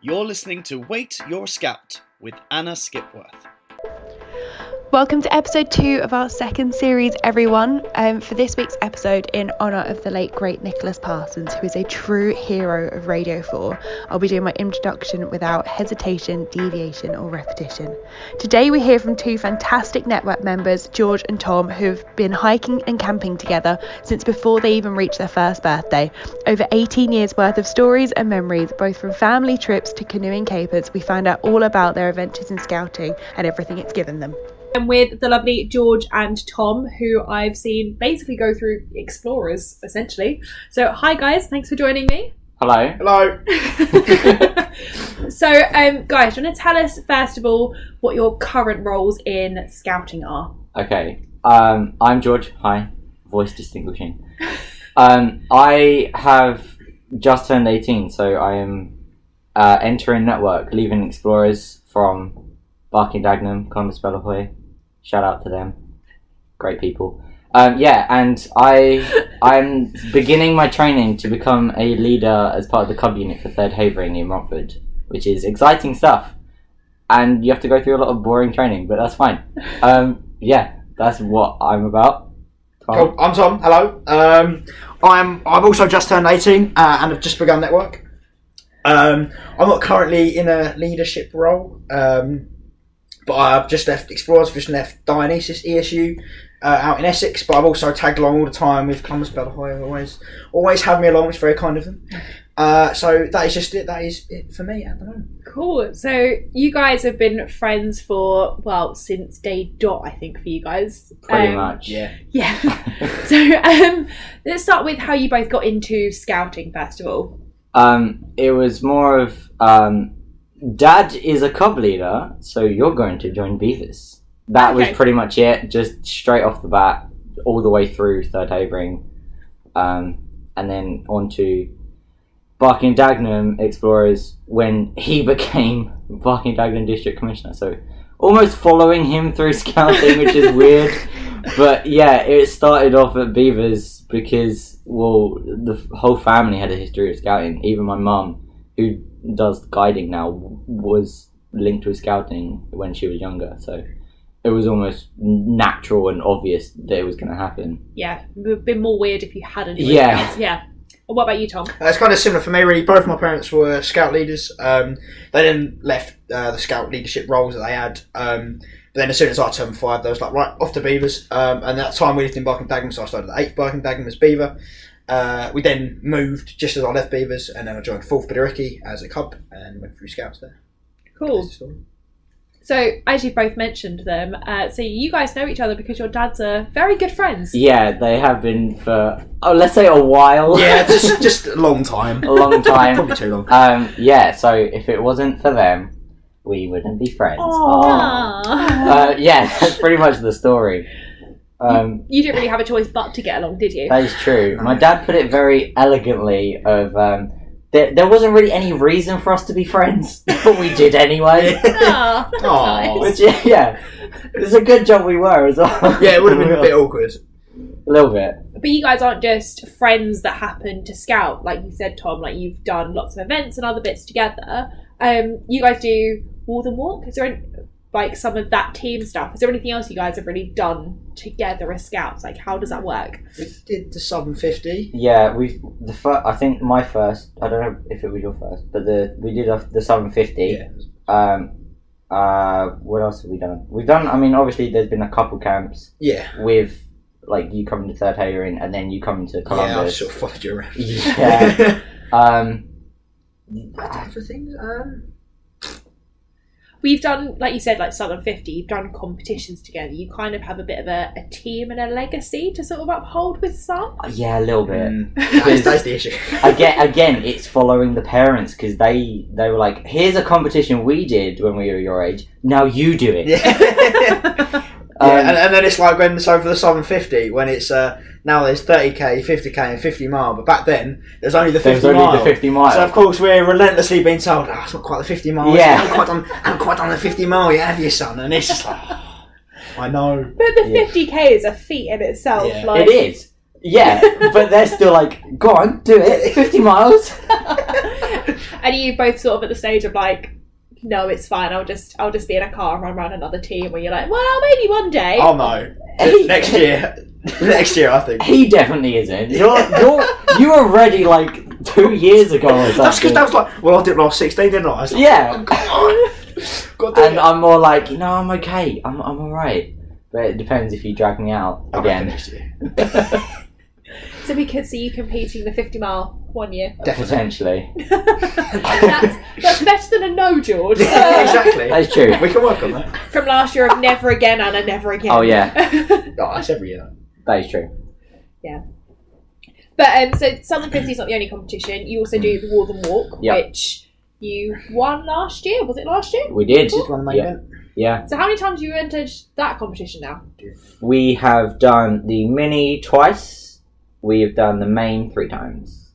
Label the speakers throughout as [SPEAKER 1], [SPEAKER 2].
[SPEAKER 1] You're listening to Wait Your Scout with Anna Skipworth.
[SPEAKER 2] Welcome to episode two of our second series, everyone. Um, for this week's episode, in honour of the late great Nicholas Parsons, who is a true hero of Radio 4, I'll be doing my introduction without hesitation, deviation, or repetition. Today, we hear from two fantastic network members, George and Tom, who have been hiking and camping together since before they even reached their first birthday. Over 18 years worth of stories and memories, both from family trips to canoeing capers, we find out all about their adventures in scouting and everything it's given them.
[SPEAKER 3] I'm with the lovely George and Tom, who I've seen basically go through explorers essentially. So, hi guys, thanks for joining me.
[SPEAKER 4] Hello.
[SPEAKER 5] Hello.
[SPEAKER 3] so, um, guys, do you want to tell us first of all what your current roles in scouting are?
[SPEAKER 4] Okay. Um, I'm George. Hi. Voice distinguishing. um, I have just turned 18, so I am uh, entering network, leaving explorers from Barking Dagenham, Columbus Bellahoy. Shout out to them. Great people. Um, yeah, and I I'm beginning my training to become a leader as part of the cub unit for Third Havering in Romford, which is exciting stuff. And you have to go through a lot of boring training, but that's fine. Um, yeah, that's what I'm about.
[SPEAKER 5] Cool. I'm Tom. Hello. Um, I'm. I've also just turned 18 uh, and have just begun network. Um, I'm not currently in a leadership role, um, but I've just left Explorers. I've just left Dionysus ESU uh, out in Essex. But I've also tagged along all the time with Columbus Bellahoy. Always, always have me along. It's very kind of them. Uh, so that is just it. That is it for me at the moment.
[SPEAKER 3] Cool. So, you guys have been friends for well since day dot, I think, for you guys.
[SPEAKER 4] Pretty
[SPEAKER 3] Um,
[SPEAKER 4] much.
[SPEAKER 3] Yeah. so, um, let's start with how you both got into scouting first of all.
[SPEAKER 4] Um, it was more of um, Dad is a cub leader, so you're going to join Beavis. That
[SPEAKER 3] Okay.
[SPEAKER 4] was pretty much it, just straight off the bat, all the way through Third Havering, um, and then on to Barking Dagenham Explorers when he became Barking Dagenham District Commissioner. So almost following him through scouting, which is weird. But yeah, it started off at Beavers because well, the f- whole family had a history of scouting. Even my mum, who does guiding now, w- was linked with scouting when she was younger. So it was almost natural and obvious that it was going to happen.
[SPEAKER 3] Yeah, it would have been more weird if you hadn't.
[SPEAKER 4] Yeah.
[SPEAKER 3] Yeah. And what about you, Tom?
[SPEAKER 5] Uh, it's kind of similar for me, really. Both my parents were scout leaders. Um, they then left uh, the scout leadership roles that they had. Um, but then as soon as I turned five, they was like, right, off to Beavers. Um, and that time we lived in Barking Dagenham, so I started at 8th Barking Dagenham as Beaver. Uh, we then moved just as I left Beavers, and then I joined 4th Bidariki as a cub and went through scouts there.
[SPEAKER 3] Cool.
[SPEAKER 5] That's the story.
[SPEAKER 3] So, as you both mentioned them, uh, so you guys know each other because your dads are very good friends.
[SPEAKER 4] Yeah, they have been for oh, let's say a while.
[SPEAKER 5] Yeah, just, just a long time.
[SPEAKER 4] a long time.
[SPEAKER 5] Probably too long.
[SPEAKER 4] Um, yeah, so if it wasn't for them, we wouldn't be friends. Aw.
[SPEAKER 3] Aw.
[SPEAKER 4] Uh, yeah, that's pretty much the story. Um,
[SPEAKER 3] You didn't really have a choice but to get along, did you?
[SPEAKER 4] that is true. My dad put it very elegantly of um, there, there wasn't really any reason for us to be friends, but we did anyway.
[SPEAKER 3] Aw, that's
[SPEAKER 5] Aw.
[SPEAKER 3] nice.
[SPEAKER 4] Which, yeah, it's a good job we were as well.
[SPEAKER 5] Yeah, it would have been a bit awkward.
[SPEAKER 4] A little bit.
[SPEAKER 3] But you guys aren't just friends that happen to scout, like you said, Tom. Like you've done lots of events and other bits together. Um, you guys do Walden walk. Is there any, like some of that team stuff? Is there anything else you guys have really done together as scouts? Like how does that work?
[SPEAKER 5] We did the Southern 50.
[SPEAKER 4] Yeah, we the fir- I think my first. I don't know if it was your first, but the we did a, the seven fifty.
[SPEAKER 5] Yeah.
[SPEAKER 4] Um, uh, what else have we done? We've done. I mean, obviously, there's been a couple camps
[SPEAKER 5] Yeah.
[SPEAKER 4] with like you coming to Third Hayering and then you coming to
[SPEAKER 5] Yeah, I
[SPEAKER 4] Columbus.
[SPEAKER 5] sort of followed you around.
[SPEAKER 4] Yeah. um,
[SPEAKER 5] I did for things. Um,
[SPEAKER 3] We've done, like you said, like Southern Fifty. You've done competitions together. You kind of have a bit of a, a team and a legacy to sort of uphold with some.
[SPEAKER 4] yeah, a little bit.
[SPEAKER 5] Mm, that is, that is the issue.
[SPEAKER 4] Again, again, it's following the parents because they they were like, "Here's a competition we did when we were your age. Now you do it."
[SPEAKER 5] yeah.
[SPEAKER 4] Um,
[SPEAKER 5] yeah, and, and then it's like when so for the Southern 50, when it's uh, now there's 30k, 50k, and 50 mile, but back then there's only the 50
[SPEAKER 4] there's only
[SPEAKER 5] mile.
[SPEAKER 4] the fifty mile.
[SPEAKER 5] So of course we're relentlessly being told, oh, it's not quite the 50 mile. is it?
[SPEAKER 4] Yeah.
[SPEAKER 5] I haven't quite done, I haven't quite done the 50 mile yet, have you, son? And it's just like, "Ah, I know.
[SPEAKER 3] But the
[SPEAKER 4] Yeah.
[SPEAKER 3] fifty k is a feat in itself.
[SPEAKER 5] Yeah.
[SPEAKER 3] Like
[SPEAKER 4] It is. Yeah, but they're still like, go on, do it. 50 miles.
[SPEAKER 3] And you both sort of at the stage of like, no, it's fine. I'll just I'll just be in a car and run around another team. Where you're like, well, maybe one day.
[SPEAKER 5] Oh no. Next year. Next year, I think.
[SPEAKER 4] He definitely isn't. You're you're you were ready like two years ago or something.
[SPEAKER 5] That's because that was like, well, I did it when I was 16, didn't I? I was like,
[SPEAKER 4] yeah.
[SPEAKER 5] God damn
[SPEAKER 4] And
[SPEAKER 5] it.
[SPEAKER 4] I'm more like, you know, I'm okay. I'm I'm alright. But it depends if you drag me out
[SPEAKER 5] I
[SPEAKER 4] again.
[SPEAKER 5] reckon next year.
[SPEAKER 3] So we could see you competing in the 50 mile one year.
[SPEAKER 5] Definitely.
[SPEAKER 4] Potentially.
[SPEAKER 3] that's, that's better than a no, George. Uh,
[SPEAKER 5] Yeah, exactly.
[SPEAKER 4] That's true.
[SPEAKER 5] We can work on that.
[SPEAKER 3] From last year of never again, Anna, never again.
[SPEAKER 4] Oh yeah,
[SPEAKER 5] No, it's every year.
[SPEAKER 4] that is true.
[SPEAKER 3] But um, so Southern 50 is not the only competition. You also do the Walden Walk,
[SPEAKER 4] Yeah.
[SPEAKER 3] which you won last year. Was it last year?
[SPEAKER 4] We did.
[SPEAKER 5] Did one of the main
[SPEAKER 4] Yeah.
[SPEAKER 5] event.
[SPEAKER 4] Yeah.
[SPEAKER 3] So how many times have you entered that competition now?
[SPEAKER 4] We have done the mini twice. We have done the main three times.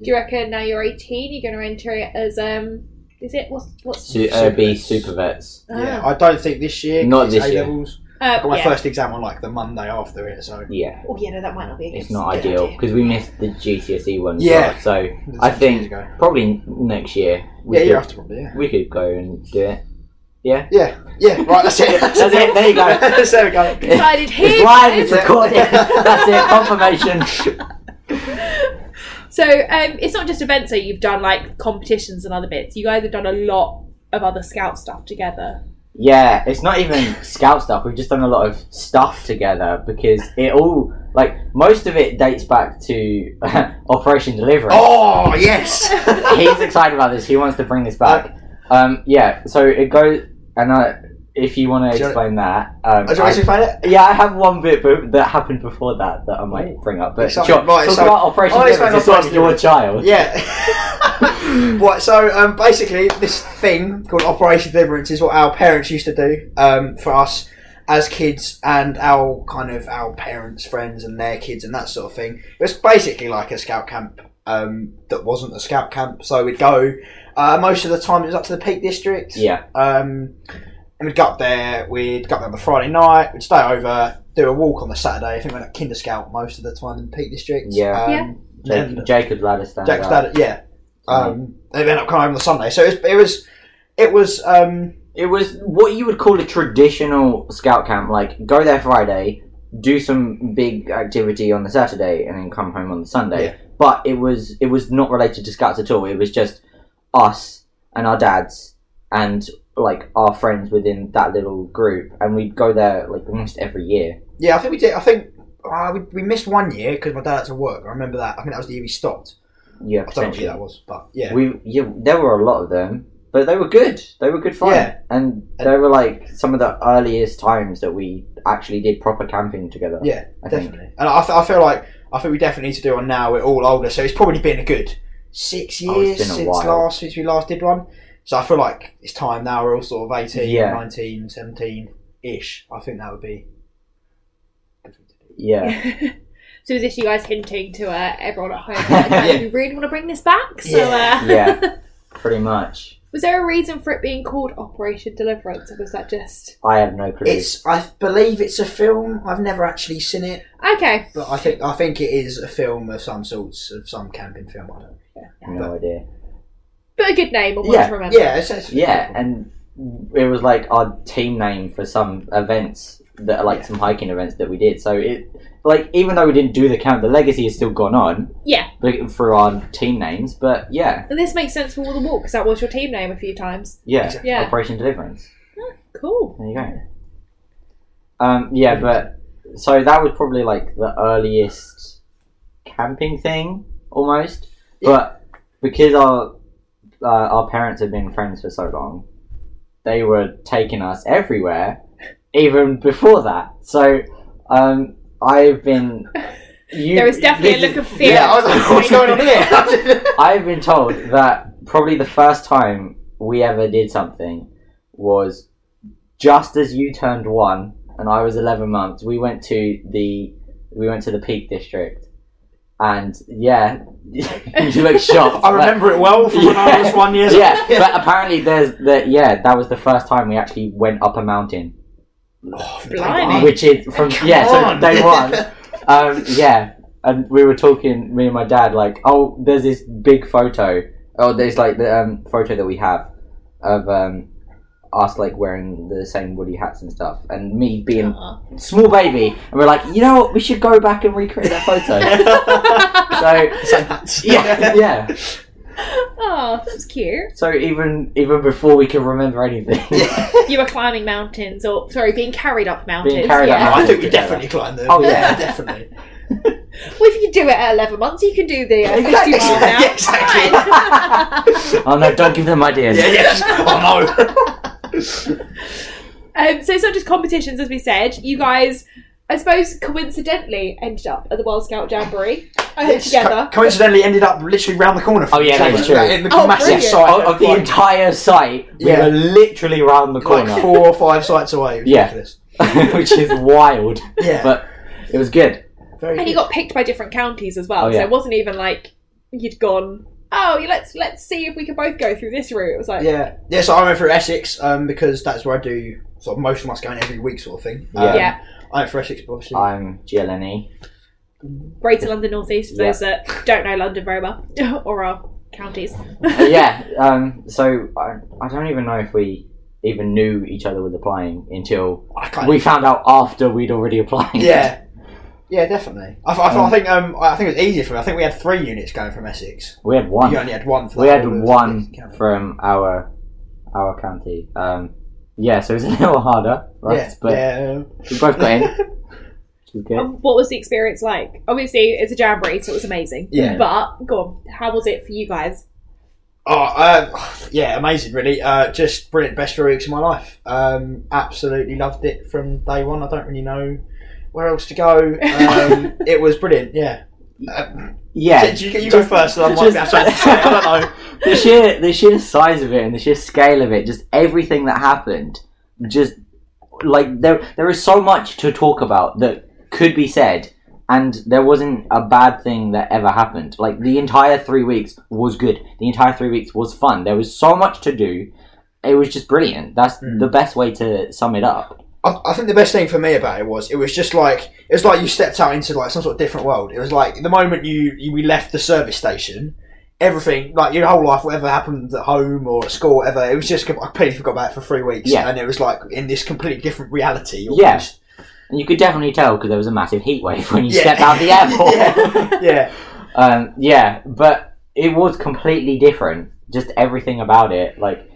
[SPEAKER 3] Do you reckon now you're 18, you're going to enter it as um? Is it what's what's
[SPEAKER 4] Su- uh, be
[SPEAKER 5] Super.
[SPEAKER 4] super vets.
[SPEAKER 5] Yeah, I don't think this year. 'cause
[SPEAKER 4] Not
[SPEAKER 5] it's
[SPEAKER 4] this year.
[SPEAKER 5] A-levels. I
[SPEAKER 3] Uh,
[SPEAKER 5] got my
[SPEAKER 3] yeah.
[SPEAKER 5] first exam on like the Monday after it, so.
[SPEAKER 4] Yeah,
[SPEAKER 3] Oh yeah, no, that might not be. A good
[SPEAKER 4] it's not
[SPEAKER 3] good
[SPEAKER 4] ideal
[SPEAKER 3] idea.
[SPEAKER 4] because we missed the GCSE E one. as
[SPEAKER 5] Yeah.
[SPEAKER 4] well, so
[SPEAKER 5] It's
[SPEAKER 4] I
[SPEAKER 5] two
[SPEAKER 4] think
[SPEAKER 5] years ago.
[SPEAKER 4] probably next year. We
[SPEAKER 5] Yeah,
[SPEAKER 4] could,
[SPEAKER 5] year after probably, yeah.
[SPEAKER 4] We could go and do it. Yeah.
[SPEAKER 5] Yeah, yeah, right, that's it.
[SPEAKER 4] That's it, there you go.
[SPEAKER 5] there we go.
[SPEAKER 3] Decided
[SPEAKER 4] It's
[SPEAKER 3] here.
[SPEAKER 4] live. It's
[SPEAKER 5] Yeah.
[SPEAKER 4] recorded. That's it. Confirmation.
[SPEAKER 3] So um, it's not just events. So you've done like competitions and other bits. You guys have done a lot of other scout stuff together.
[SPEAKER 4] Yeah, it's not even scout stuff. We've just done a lot of stuff together because it all like most of it dates back to Operation Delivery.
[SPEAKER 5] Oh, Uh, yes!
[SPEAKER 4] He's excited about this. He wants to bring this back. Um, yeah, so it goes and I, if you want
[SPEAKER 5] Do
[SPEAKER 4] to
[SPEAKER 5] you wanna- Oh,
[SPEAKER 4] explain that, um,
[SPEAKER 5] Do you want
[SPEAKER 4] I-
[SPEAKER 5] to find it?
[SPEAKER 4] yeah, I have one bit but that happened before that that I might
[SPEAKER 5] Oh.
[SPEAKER 4] bring up. But
[SPEAKER 5] Exciting.
[SPEAKER 4] sure,
[SPEAKER 5] Right,
[SPEAKER 4] talk
[SPEAKER 5] so-
[SPEAKER 4] about Operation
[SPEAKER 5] I'll explain
[SPEAKER 4] Delivery. It's not
[SPEAKER 5] oh, Operation
[SPEAKER 4] your
[SPEAKER 5] Delivery.
[SPEAKER 4] child.
[SPEAKER 5] Yeah. what? So um, basically, this thing called Operation Deliverance is what our parents used to do um, for us as kids, and our kind of our parents' friends and their kids and that sort of thing. It was basically like a scout camp um, that wasn't a scout camp. So we'd go. Uh, most of the time, it was up to the Peak District.
[SPEAKER 4] Yeah,
[SPEAKER 5] Um, and we'd go up there, we'd go up there on the Friday night, we'd stay over, do a walk on the Saturday. I think we went at Kinder Scout most of the time in Peak District.
[SPEAKER 4] Yeah.
[SPEAKER 5] Um,
[SPEAKER 3] Yeah.
[SPEAKER 5] and-
[SPEAKER 4] Jacob, Jacob Ladistan.
[SPEAKER 5] Jack's dad, yeah. Um, They ended up coming home on the Sunday, so it was it was it was um,
[SPEAKER 4] It was what you would call a traditional scout camp. Like, go there Friday, do some big activity on the Saturday, and then come home on the Sunday.
[SPEAKER 5] Yeah.
[SPEAKER 4] But it was it was not related to scouts at all. It was just us and our dads and like our friends within that little group, and we'd go there like almost every year.
[SPEAKER 5] yeah. I think we did. I think uh, we, we missed one year because my dad had to work. I remember that. I think that was the year we stopped.
[SPEAKER 4] Yeah,
[SPEAKER 5] I don't know what
[SPEAKER 4] potentially.
[SPEAKER 5] year that was, but yeah.
[SPEAKER 4] We yeah, there were a lot of them, but they were good. They were good fun,
[SPEAKER 5] Yeah.
[SPEAKER 4] and they were like some of the earliest times that we actually did proper camping together.
[SPEAKER 5] Yeah,
[SPEAKER 4] I think.
[SPEAKER 5] definitely. And I, th- I feel like I think we definitely need to do one now. We're all older, so it's probably been a good six
[SPEAKER 4] Oh, it's
[SPEAKER 5] years
[SPEAKER 4] been a
[SPEAKER 5] since
[SPEAKER 4] while.
[SPEAKER 5] last since we last did one. So I feel like it's time now. We're all sort of 18,
[SPEAKER 4] Yeah.
[SPEAKER 5] 19, 17 ish. I think that would be.
[SPEAKER 4] Yeah.
[SPEAKER 3] so is this you guys hinting to uh, everyone at home? Like, "Guys, We really want to bring this back. So
[SPEAKER 5] Yeah.
[SPEAKER 3] Uh,
[SPEAKER 4] yeah, pretty much.
[SPEAKER 3] was there a reason for it being called Operation Deliverance, or was that just
[SPEAKER 4] I have no clue.
[SPEAKER 5] It's. I believe it's a film. I've never actually seen it.
[SPEAKER 3] okay?
[SPEAKER 5] But I think I think it is a film of some sorts of some camping film. I don't.
[SPEAKER 4] no idea.
[SPEAKER 3] But a good name and one
[SPEAKER 4] Yeah,
[SPEAKER 3] to remember.
[SPEAKER 5] Yeah, it's, it's
[SPEAKER 4] Yeah, and it was like our team name for some events that are like some hiking events that we did. So it, like, even though we didn't do the camp, the legacy has still gone on
[SPEAKER 3] Yeah.
[SPEAKER 4] like, through our team names. But yeah,
[SPEAKER 3] And this makes sense for all the walk because that was your team name a few times.
[SPEAKER 4] yeah,
[SPEAKER 3] Yeah.
[SPEAKER 4] Operation Deliverance.
[SPEAKER 3] Cool.
[SPEAKER 4] There you go. Um, yeah, but so that was probably like the earliest camping thing almost. But because our uh, our parents had been friends for so long, they were taking us everywhere, even before that. So um, I've been. You,
[SPEAKER 3] There is definitely a
[SPEAKER 4] this
[SPEAKER 3] look
[SPEAKER 4] is-
[SPEAKER 3] of fear.
[SPEAKER 5] yeah. I was like, what's going on here?
[SPEAKER 4] I've been told that probably the first time we ever did something was just as you turned one and I was eleven months. We went to the we went to the Peak District, and yeah, you look shocked.
[SPEAKER 5] I remember it well from when I was
[SPEAKER 4] Yeah.
[SPEAKER 5] one year.
[SPEAKER 4] But- yeah, but apparently there's that. Yeah, that was the first time we actually went up a mountain,
[SPEAKER 3] Blimey.
[SPEAKER 4] which is from yeah,
[SPEAKER 5] on.
[SPEAKER 4] so day one. Um, yeah, and we were talking, me and my dad, like, oh, there's this big photo Oh, there's like the um, photo that we have of um, us like wearing the same woody hats and stuff, and me being small baby, and we're like, you know what? We should go back and recreate that photo. so yeah, yeah.
[SPEAKER 3] oh, that's cute.
[SPEAKER 4] So even even before we can remember anything,
[SPEAKER 3] You were climbing mountains, or sorry, being carried up mountains.
[SPEAKER 4] carried up
[SPEAKER 3] yeah.
[SPEAKER 5] I think we definitely climbed them.
[SPEAKER 4] Oh, yeah.
[SPEAKER 5] definitely.
[SPEAKER 3] Well, if you can do it at 11 months, you can do the uh, 50 mile
[SPEAKER 5] Exactly.
[SPEAKER 3] now.
[SPEAKER 5] Yeah, exactly.
[SPEAKER 4] oh no, don't give them ideas.
[SPEAKER 5] Yeah, yeah. Oh no.
[SPEAKER 3] Um, so it's not just competitions, as we said. You guys, I suppose, coincidentally ended up at the World Scout Jamboree uh,
[SPEAKER 5] Yes,
[SPEAKER 3] together.
[SPEAKER 5] co- coincidentally, ended up literally round the corner. From
[SPEAKER 4] Oh, yeah,
[SPEAKER 5] the
[SPEAKER 4] that's
[SPEAKER 5] chamber,
[SPEAKER 4] true.
[SPEAKER 5] In the
[SPEAKER 3] Oh,
[SPEAKER 5] massive
[SPEAKER 3] brilliant.
[SPEAKER 5] site
[SPEAKER 4] Of, of the
[SPEAKER 5] like-
[SPEAKER 4] entire site, we
[SPEAKER 5] Yeah.
[SPEAKER 4] were literally round the corner,
[SPEAKER 5] like four or five sites away. It was
[SPEAKER 4] Yeah.
[SPEAKER 5] ridiculous.
[SPEAKER 4] which is wild.
[SPEAKER 5] Yeah.
[SPEAKER 4] But it was good.
[SPEAKER 5] Very
[SPEAKER 3] and you
[SPEAKER 5] good.
[SPEAKER 3] got picked by different counties as well.
[SPEAKER 4] Oh, yeah.
[SPEAKER 3] So it wasn't even like you'd gone, oh, yeah, let's let's see if we can both go through this route. It was like,
[SPEAKER 5] Yeah. Yeah, so I went through Essex um, because that's where I do sort of most of my going every week sort of thing. Um,
[SPEAKER 4] Yeah.
[SPEAKER 3] Yeah.
[SPEAKER 5] I went for Essex, but obviously.
[SPEAKER 4] I'm
[SPEAKER 5] E.
[SPEAKER 4] GLNE.
[SPEAKER 3] Greater London North East, for
[SPEAKER 4] Yeah.
[SPEAKER 3] those that don't know London very well, or our counties.
[SPEAKER 4] Uh, yeah. Um, so I, I don't even know if we even knew each other was applying until
[SPEAKER 5] I kind
[SPEAKER 4] we found out after we'd already applied.
[SPEAKER 5] Yeah. Yeah, definitely. I, th- I, th-
[SPEAKER 4] Um,
[SPEAKER 5] I think um, I think it was easier for me. I think we had three units going from Essex.
[SPEAKER 4] We had one.
[SPEAKER 5] You only had one. For
[SPEAKER 4] we
[SPEAKER 5] that
[SPEAKER 4] had
[SPEAKER 5] whole of-
[SPEAKER 4] one from our our county. Um, yeah, so it was a little harder, right?
[SPEAKER 5] Yeah.
[SPEAKER 4] but
[SPEAKER 5] yeah.
[SPEAKER 4] we both got in. Which was good.
[SPEAKER 3] Um, what was the experience like? Obviously, it's a jamboree, so it was amazing.
[SPEAKER 5] Yeah.
[SPEAKER 3] But go on, how was it for you guys?
[SPEAKER 5] Oh, uh, yeah, amazing, really. Uh, just brilliant, best three weeks of my life. Um, absolutely loved it from day one. I don't really know where else to go. Um, it was brilliant, yeah. Um,
[SPEAKER 4] Yeah.
[SPEAKER 5] you, you go first, I might be
[SPEAKER 4] just-
[SPEAKER 5] outside. I don't know.
[SPEAKER 4] the sheer the sheer size of it and the sheer scale of it, just everything that happened, just like there there is so much to talk about that could be said, and there wasn't a bad thing that ever happened. Like the entire three weeks was good. The entire three weeks was fun. There was so much to do. It was just brilliant. That's
[SPEAKER 5] Hmm.
[SPEAKER 4] the best way to sum it up.
[SPEAKER 5] I, I think the best thing for me about it was it was just like it was like you stepped out into like some sort of different world. It was like the moment you, you we left the service station, everything like your whole life, whatever happened at home or at school, whatever, it was just I completely forgot about it for three weeks,
[SPEAKER 4] Yeah.
[SPEAKER 5] and it was like in this completely different reality.
[SPEAKER 4] Yeah.
[SPEAKER 5] almost.
[SPEAKER 4] And you could definitely tell because there was a massive heat wave when you
[SPEAKER 5] Yeah.
[SPEAKER 4] stepped out the airport.
[SPEAKER 5] yeah, yeah,
[SPEAKER 4] Um, yeah, but it was completely different. Just everything about it, like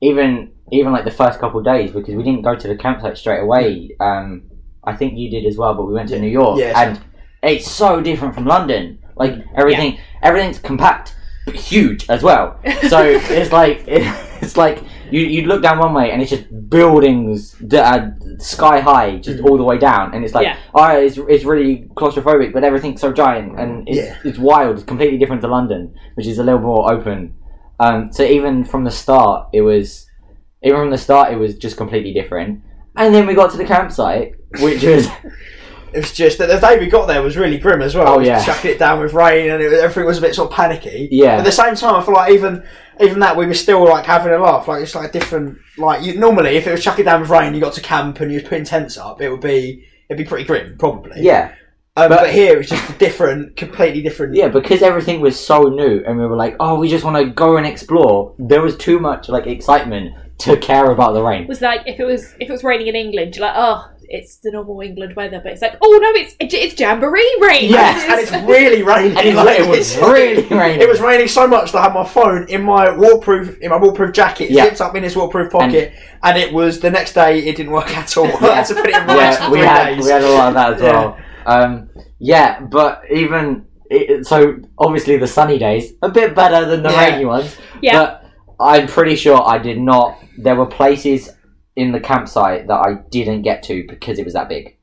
[SPEAKER 4] even even like the first couple of days, because we didn't go to the campsite straight away. Um, I think you did as well, but we went to New York,
[SPEAKER 5] Yeah,
[SPEAKER 4] and it's so different from London. Like everything, everything's compact, but huge as well. So it's like it's like you you look down one way, and it's just buildings that are sky high, just all the way down, and it's like
[SPEAKER 3] Yeah.
[SPEAKER 4] oh, it's, it's really claustrophobic, but everything's so giant and it's, it's wild. It's completely different to London, which is a little more open. Um, so even from the start, it was even from the start, it was just completely different. And then we got to the campsite, which was
[SPEAKER 5] it was just that the day we got there was really grim as well.
[SPEAKER 4] Oh,
[SPEAKER 5] It was
[SPEAKER 4] yeah.
[SPEAKER 5] chucking it down with rain and it, was- everything was a bit sort of panicky.
[SPEAKER 4] Yeah.
[SPEAKER 5] At the same time, I feel like even even that we were still like having a laugh. Like it's like a different. Like you normally, if it was chucking down with rain, you got to camp and you was putting tents up. It would be it'd be pretty grim, probably.
[SPEAKER 4] yeah,
[SPEAKER 5] Um,
[SPEAKER 4] but-
[SPEAKER 5] but, here it was just a different, completely different.
[SPEAKER 4] yeah, because everything was so new, and we were like, oh, we just want to go and explore. There was too much like excitement to care about the rain.
[SPEAKER 3] was like if it was if it was raining in England, you're like, oh, it's the normal England weather, but it's like, oh no, it's it's jamboree rain.
[SPEAKER 4] Yes,
[SPEAKER 5] And it's really raining.
[SPEAKER 4] And it,
[SPEAKER 5] like,
[SPEAKER 4] it was
[SPEAKER 5] it's-
[SPEAKER 4] really raining.
[SPEAKER 5] It was raining so much that I had my phone in my waterproof in my waterproof jacket,
[SPEAKER 4] Yeah.
[SPEAKER 5] zipped up in his waterproof pocket, and, it was the next day. It didn't work at all. I had to put it in my yeah,
[SPEAKER 4] yeah,
[SPEAKER 5] for
[SPEAKER 4] we
[SPEAKER 5] three
[SPEAKER 4] had
[SPEAKER 5] days.
[SPEAKER 4] we had a lot of that as
[SPEAKER 5] Yeah.
[SPEAKER 4] well. Um, yeah, but even it, it- so, obviously the sunny days a bit better than the
[SPEAKER 5] Yeah.
[SPEAKER 4] rainy ones.
[SPEAKER 3] Yeah.
[SPEAKER 4] But I'm pretty sure I did not. There were places in the campsite that I didn't get to because it was that big.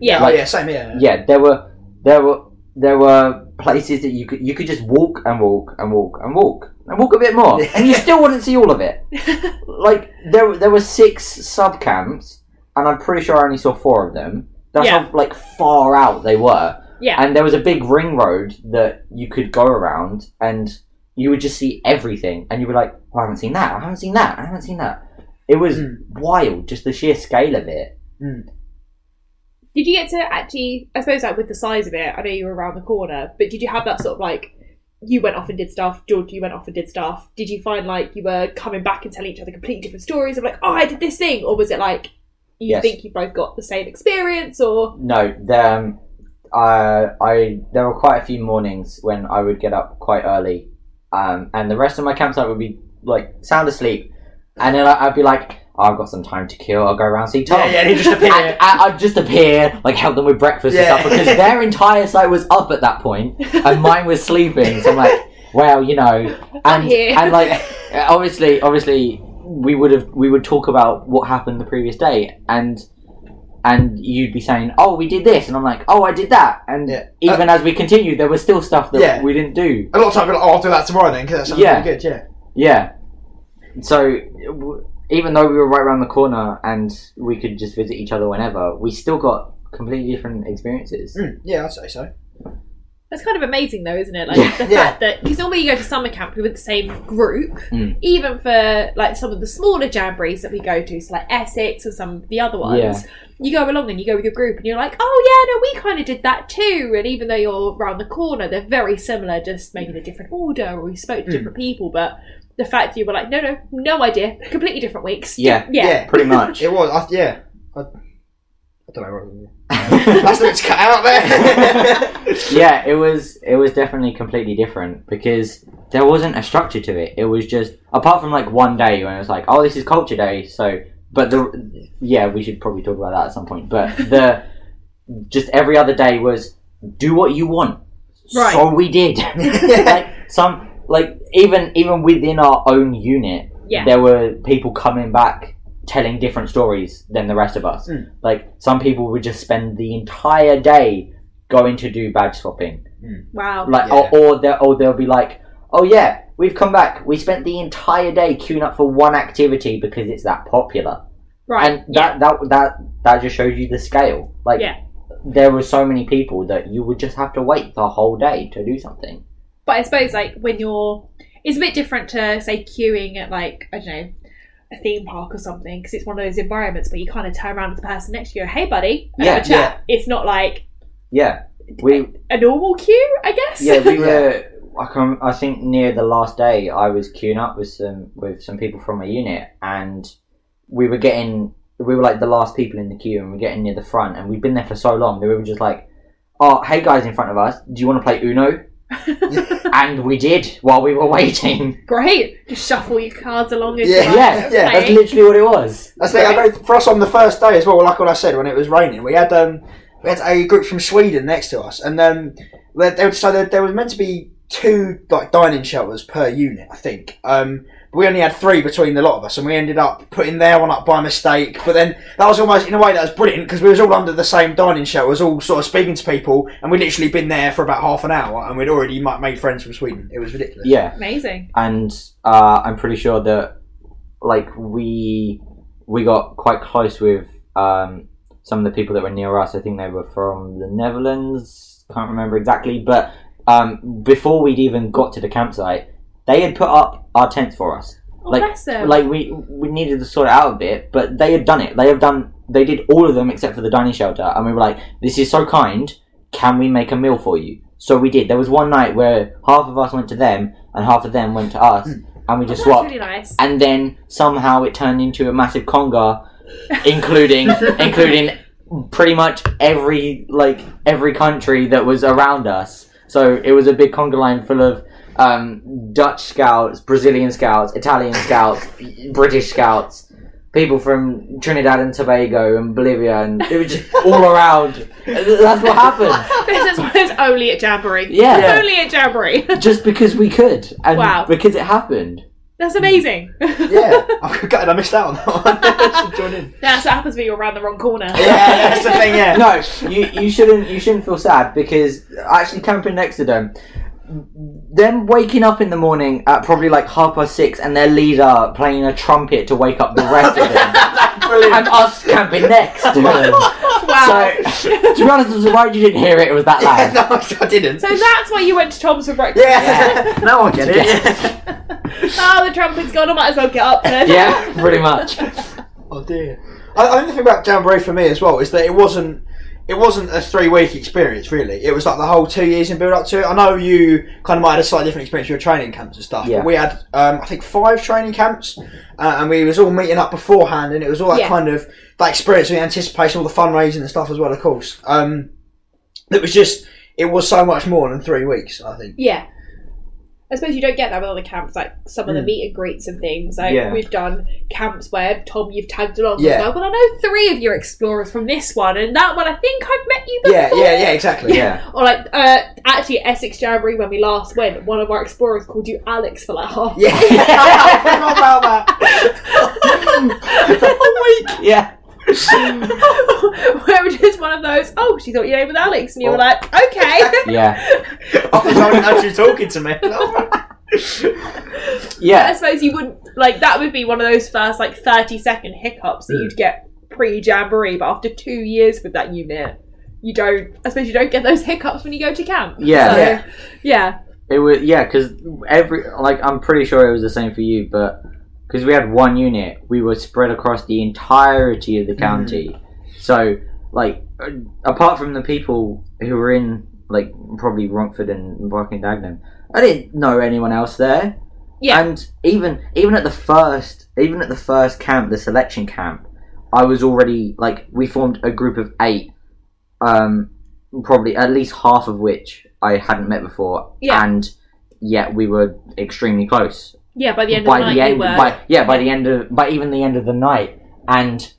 [SPEAKER 3] yeah.
[SPEAKER 5] oh,
[SPEAKER 4] like-
[SPEAKER 5] yeah, same here.
[SPEAKER 4] Yeah, there were there were there were places that you could you could just walk and walk and walk and walk and walk a bit more, and you still wouldn't see all of it. like there were- there were six sub camps, and I'm pretty sure I only saw four of them. That's
[SPEAKER 3] Yeah.
[SPEAKER 4] how like far out they were.
[SPEAKER 3] Yeah.
[SPEAKER 4] And there was a big ring road that you could go around and you would just see everything and you were like, oh, I haven't seen that, I haven't seen that, I haven't seen that. It was
[SPEAKER 3] Hmm.
[SPEAKER 5] Mm.
[SPEAKER 4] wild, just the sheer scale of it.
[SPEAKER 3] Did you get to actually? I suppose like with the size of it, I know you were around the corner, but did you have that sort of like you went off and did stuff. George, you went off and did stuff. Did you find like you were coming back and telling each other completely different stories of like, oh, I did this thing, or was it like you
[SPEAKER 4] Yes.
[SPEAKER 3] think you both got the same experience, or
[SPEAKER 4] No, the, um, uh, I there were quite a few mornings when I would get up quite early, um, and the rest of my campsite would be like sound asleep, and then I, I'd be like, "Oh, "I've got some time to kill. I'll go around and see Tom."
[SPEAKER 5] Yeah, yeah, he just appeared.
[SPEAKER 4] And I, I'd just appear, like help them with breakfast
[SPEAKER 5] Yeah.
[SPEAKER 4] and stuff, because their entire site was up at that point, and mine was sleeping. So I'm like, well, you know, and
[SPEAKER 3] here.
[SPEAKER 4] and like, obviously, obviously, we would have we would talk about what happened the previous day, and and you'd be saying, oh, we did this, and I'm like, oh, I did that, and
[SPEAKER 5] Yeah. Uh,
[SPEAKER 4] even as we continued, there was still stuff that
[SPEAKER 5] Yeah.
[SPEAKER 4] we didn't do.
[SPEAKER 5] A lot of time, like, oh, I'll do that tomorrow then, because that sounds
[SPEAKER 4] Yeah.
[SPEAKER 5] really good. Yeah.
[SPEAKER 4] Yeah. So w- even though we were right around the corner and we could just visit each other whenever, we still got completely different experiences.
[SPEAKER 5] Mm, yeah, I'd say so.
[SPEAKER 3] that's kind of amazing though, isn't it? Like
[SPEAKER 4] Yeah.
[SPEAKER 3] the
[SPEAKER 5] Yeah.
[SPEAKER 3] fact that because normally you go to summer camp with the same group,
[SPEAKER 4] Mm.
[SPEAKER 3] even for like some of the smaller jamborees that we go to, so like Essex and some of the other ones.
[SPEAKER 4] Yeah.
[SPEAKER 3] You go along and you go with your group, and you're like, oh yeah, no, we kind of did that too. And even though you're round the corner, they're very similar, just maybe in a different order, or we spoke to
[SPEAKER 5] Mm.
[SPEAKER 3] different people, but. The fact that you were like, no, no, no idea, completely different weeks.
[SPEAKER 4] Yeah.
[SPEAKER 3] yeah.
[SPEAKER 4] Pretty much.
[SPEAKER 5] It was. I, yeah. I, I don't know. What, that's the bit's cut out there.
[SPEAKER 4] yeah, it was it was definitely completely different because there wasn't a structure to it. It was just apart from like one day when it was like, oh, this is culture day, so but the yeah, we should probably talk about that at some point. But the just every other day was do what you want.
[SPEAKER 3] Right.
[SPEAKER 4] So we did. like some like even even within our own unit,
[SPEAKER 3] Yeah.
[SPEAKER 4] there were people coming back telling different stories than the rest of us.
[SPEAKER 5] Mm.
[SPEAKER 4] Like some people would just spend the entire day going to do badge swapping.
[SPEAKER 3] Wow.
[SPEAKER 4] Like
[SPEAKER 5] Yeah.
[SPEAKER 4] or or, they or they'll be like, "Oh yeah, we've come back. We spent the entire day queuing up for one activity because it's that popular."
[SPEAKER 3] right.
[SPEAKER 4] And that that that that just shows you the scale. Like
[SPEAKER 3] Yeah.
[SPEAKER 4] there were so many people that you would just have to wait the whole day to do something.
[SPEAKER 3] But I suppose like when you're, it's a bit different to say queuing at like I don't know a theme park or something because it's one of those environments where you kind of turn around to the person next to you, hey buddy, and
[SPEAKER 4] Yeah,
[SPEAKER 3] have a chat. It's not like
[SPEAKER 4] Yeah. We
[SPEAKER 3] a normal queue, I guess.
[SPEAKER 4] yeah, we were. I can. I think near the last day, I was queuing up with some with some people from my unit, and we were getting. We were like the last people in the queue, and we are getting near the front, and we'd been there for so long that we were just like, "Oh, hey guys in front of us, do you want to play Uno?" and we did while we were waiting.
[SPEAKER 3] Great. Just shuffle your cards along. as
[SPEAKER 5] Yeah,
[SPEAKER 3] you like.
[SPEAKER 4] Yeah,
[SPEAKER 5] yeah,
[SPEAKER 4] that's
[SPEAKER 3] Playing.
[SPEAKER 4] literally what it was.
[SPEAKER 5] That's the thing, I know for us on the first day as well. Like what I said, when it was raining, we had um, we had a group from Sweden next to us, and um, they, they would so there, there was meant to be two like dining shelters per unit, I think. Um, but we only had three between the lot of us, and we ended up putting their one up by mistake. But then that was almost in a way that was brilliant because we was all under the same dining shelter, was all sort of speaking to people, and we'd literally been there for about half an hour, and we'd already ma- made friends from Sweden. It was ridiculous.
[SPEAKER 4] Yeah,
[SPEAKER 3] Amazing.
[SPEAKER 4] and uh, I'm pretty sure that like we we got quite close with um, some of the people that were near us. I think they were from the Netherlands. Can't remember exactly, but um, before we'd even got to the campsite, they had put up our tents for us.
[SPEAKER 3] Oh,
[SPEAKER 4] Like-
[SPEAKER 3] bless them.
[SPEAKER 4] Like we we needed to sort it out a bit, but they had done it. They have done. They did all of them except for the dining shelter, and we were like, "This is so kind. Can we make a meal for you?" So we did. There was one night where half of us went to them and half of them went to us, and we
[SPEAKER 3] Oh,
[SPEAKER 4] just
[SPEAKER 3] that's
[SPEAKER 4] swapped.
[SPEAKER 3] really nice.
[SPEAKER 4] And then somehow it turned into a massive conga, including including pretty much every like every country that was around us. So it was a big conga line full of um, Dutch scouts, Brazilian scouts, Italian scouts, British scouts, people from Trinidad and Tobago and Bolivia, and it was just all around. That's what happened.
[SPEAKER 3] this is it's only at jamboree.
[SPEAKER 4] Yeah.
[SPEAKER 5] Yeah.
[SPEAKER 3] Only at jamboree.
[SPEAKER 4] Just because we could, and
[SPEAKER 3] Wow.
[SPEAKER 4] because it happened.
[SPEAKER 3] That's amazing.
[SPEAKER 5] yeah. I'm gutted I missed out on that one. Should join in.
[SPEAKER 3] That's what happens when you're around the wrong corner.
[SPEAKER 5] Yeah, that's the thing. Yeah.
[SPEAKER 4] no, you, you shouldn't you shouldn't feel sad because actually camping next to them, them waking up in the morning at probably like half past six and their leader playing a trumpet to wake up the rest of them,
[SPEAKER 5] Brilliant.
[SPEAKER 4] and us camping next to them.
[SPEAKER 3] Wow.
[SPEAKER 4] So to be honest, I'm surprised you didn't hear it. It was that loud.
[SPEAKER 5] no, I didn't.
[SPEAKER 3] so that's why you went to Tom's for breakfast.
[SPEAKER 5] yeah. now I get it.
[SPEAKER 3] Oh, the trumpet's gone. I might as well get up then.
[SPEAKER 4] Yeah, pretty much.
[SPEAKER 5] oh dear. I, I think the thing about Jamboree for me as well is that it wasn't. it wasn't a three week experience really. It was like the whole two years in build up to it. I know you kind of might have had a slightly different experience with your training camps and stuff.
[SPEAKER 4] Yeah.
[SPEAKER 5] But we had um, I think five training camps, uh, and we was all meeting up beforehand, and it was all that
[SPEAKER 3] Yeah.
[SPEAKER 5] kind of that experience. We anticipated all the fundraising and stuff as well, of course. Um, it was just it was so much more than three weeks. I think.
[SPEAKER 3] Yeah. I suppose you don't get that with other camps, like some of the meet and greets and things. Like
[SPEAKER 4] Yeah.
[SPEAKER 3] we've done camps where Tom, you've tagged along.
[SPEAKER 5] Yeah.
[SPEAKER 3] Yeah. Well, I know three of your explorers from this one and that one. I think I've met you before.
[SPEAKER 5] Yeah, yeah, yeah, exactly.
[SPEAKER 4] Yeah.
[SPEAKER 3] Or like uh, actually at Essex Jamboree when we last went, one of our explorers called you Alex for like half.
[SPEAKER 5] Yeah, I forgot about that.
[SPEAKER 4] Yeah.
[SPEAKER 3] where it was one of those. Oh, she thought your name was Alex, and you were
[SPEAKER 4] Oh.
[SPEAKER 3] like, okay.
[SPEAKER 4] Yeah.
[SPEAKER 5] I was only actually talking to me.
[SPEAKER 3] I
[SPEAKER 4] Yeah.
[SPEAKER 3] suppose you wouldn't like that would be one of those first like thirty second hiccups that you'd get pre jamboree, but after two years with that unit, you don't. I suppose you don't get those hiccups when you go to camp.
[SPEAKER 4] Yeah.
[SPEAKER 3] So,
[SPEAKER 5] Yeah.
[SPEAKER 3] yeah,
[SPEAKER 4] It was yeah, because every like I'm pretty sure it was the same for you, but because we had one unit, we were spread across the entirety of the county. So like, uh, apart from the people who were in like probably Romford and Barking Dagenham, I didn't know anyone else there.
[SPEAKER 3] Yeah.
[SPEAKER 4] and even even at the first even at the first camp, the selection camp, I was already like we formed a group of eight. Um, probably at least half of which I hadn't met before.
[SPEAKER 3] Yeah.
[SPEAKER 4] And yet we were extremely close.
[SPEAKER 3] yeah. By the end
[SPEAKER 4] by
[SPEAKER 3] of the night,
[SPEAKER 4] the end
[SPEAKER 3] you were.
[SPEAKER 4] by yeah, by the end of by even the end of the night. And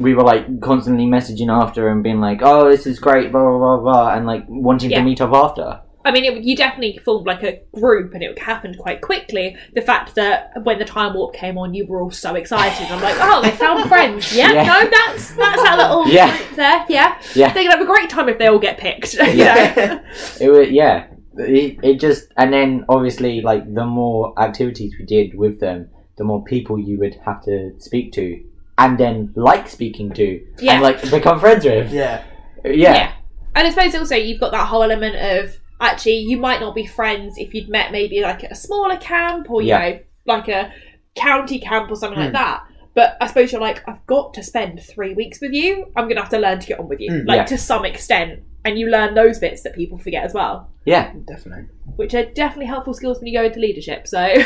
[SPEAKER 4] we were like constantly messaging after and being like, Oh, this is great, blah blah blah blah and like wanting
[SPEAKER 3] Yeah.
[SPEAKER 4] to meet up after.
[SPEAKER 3] I mean, it, you definitely formed like a group, and it happened quite quickly. The fact that when the time warp came on, you were all so excited. I'm like, oh, they found friends. Yeah,
[SPEAKER 4] Yeah.
[SPEAKER 3] no, that's that's our little
[SPEAKER 4] Yeah.
[SPEAKER 3] group there. Yeah,
[SPEAKER 4] Yeah.
[SPEAKER 3] they're gonna have a great time if they all get picked. you
[SPEAKER 4] Yeah.
[SPEAKER 3] know?
[SPEAKER 4] It was yeah. It, it just and then obviously like the more activities we did with them, the more people you would have to speak to and then like speaking to
[SPEAKER 3] Yeah.
[SPEAKER 4] and like become friends with.
[SPEAKER 5] yeah.
[SPEAKER 4] Yeah.
[SPEAKER 3] And I suppose also you've got that whole element of actually you might not be friends if you'd met maybe like at a smaller camp or you
[SPEAKER 4] Yeah. Hmm.
[SPEAKER 3] know like a county camp or something like that. But I suppose you're like I've got to spend three weeks with you. I'm gonna have to learn to get on with you,
[SPEAKER 5] Mm,
[SPEAKER 3] like
[SPEAKER 4] Hmm, yeah.
[SPEAKER 3] to some extent. And you learn those bits that people forget as well,
[SPEAKER 4] Yeah.
[SPEAKER 5] Definitely.
[SPEAKER 3] which are definitely helpful skills when you go into leadership. So,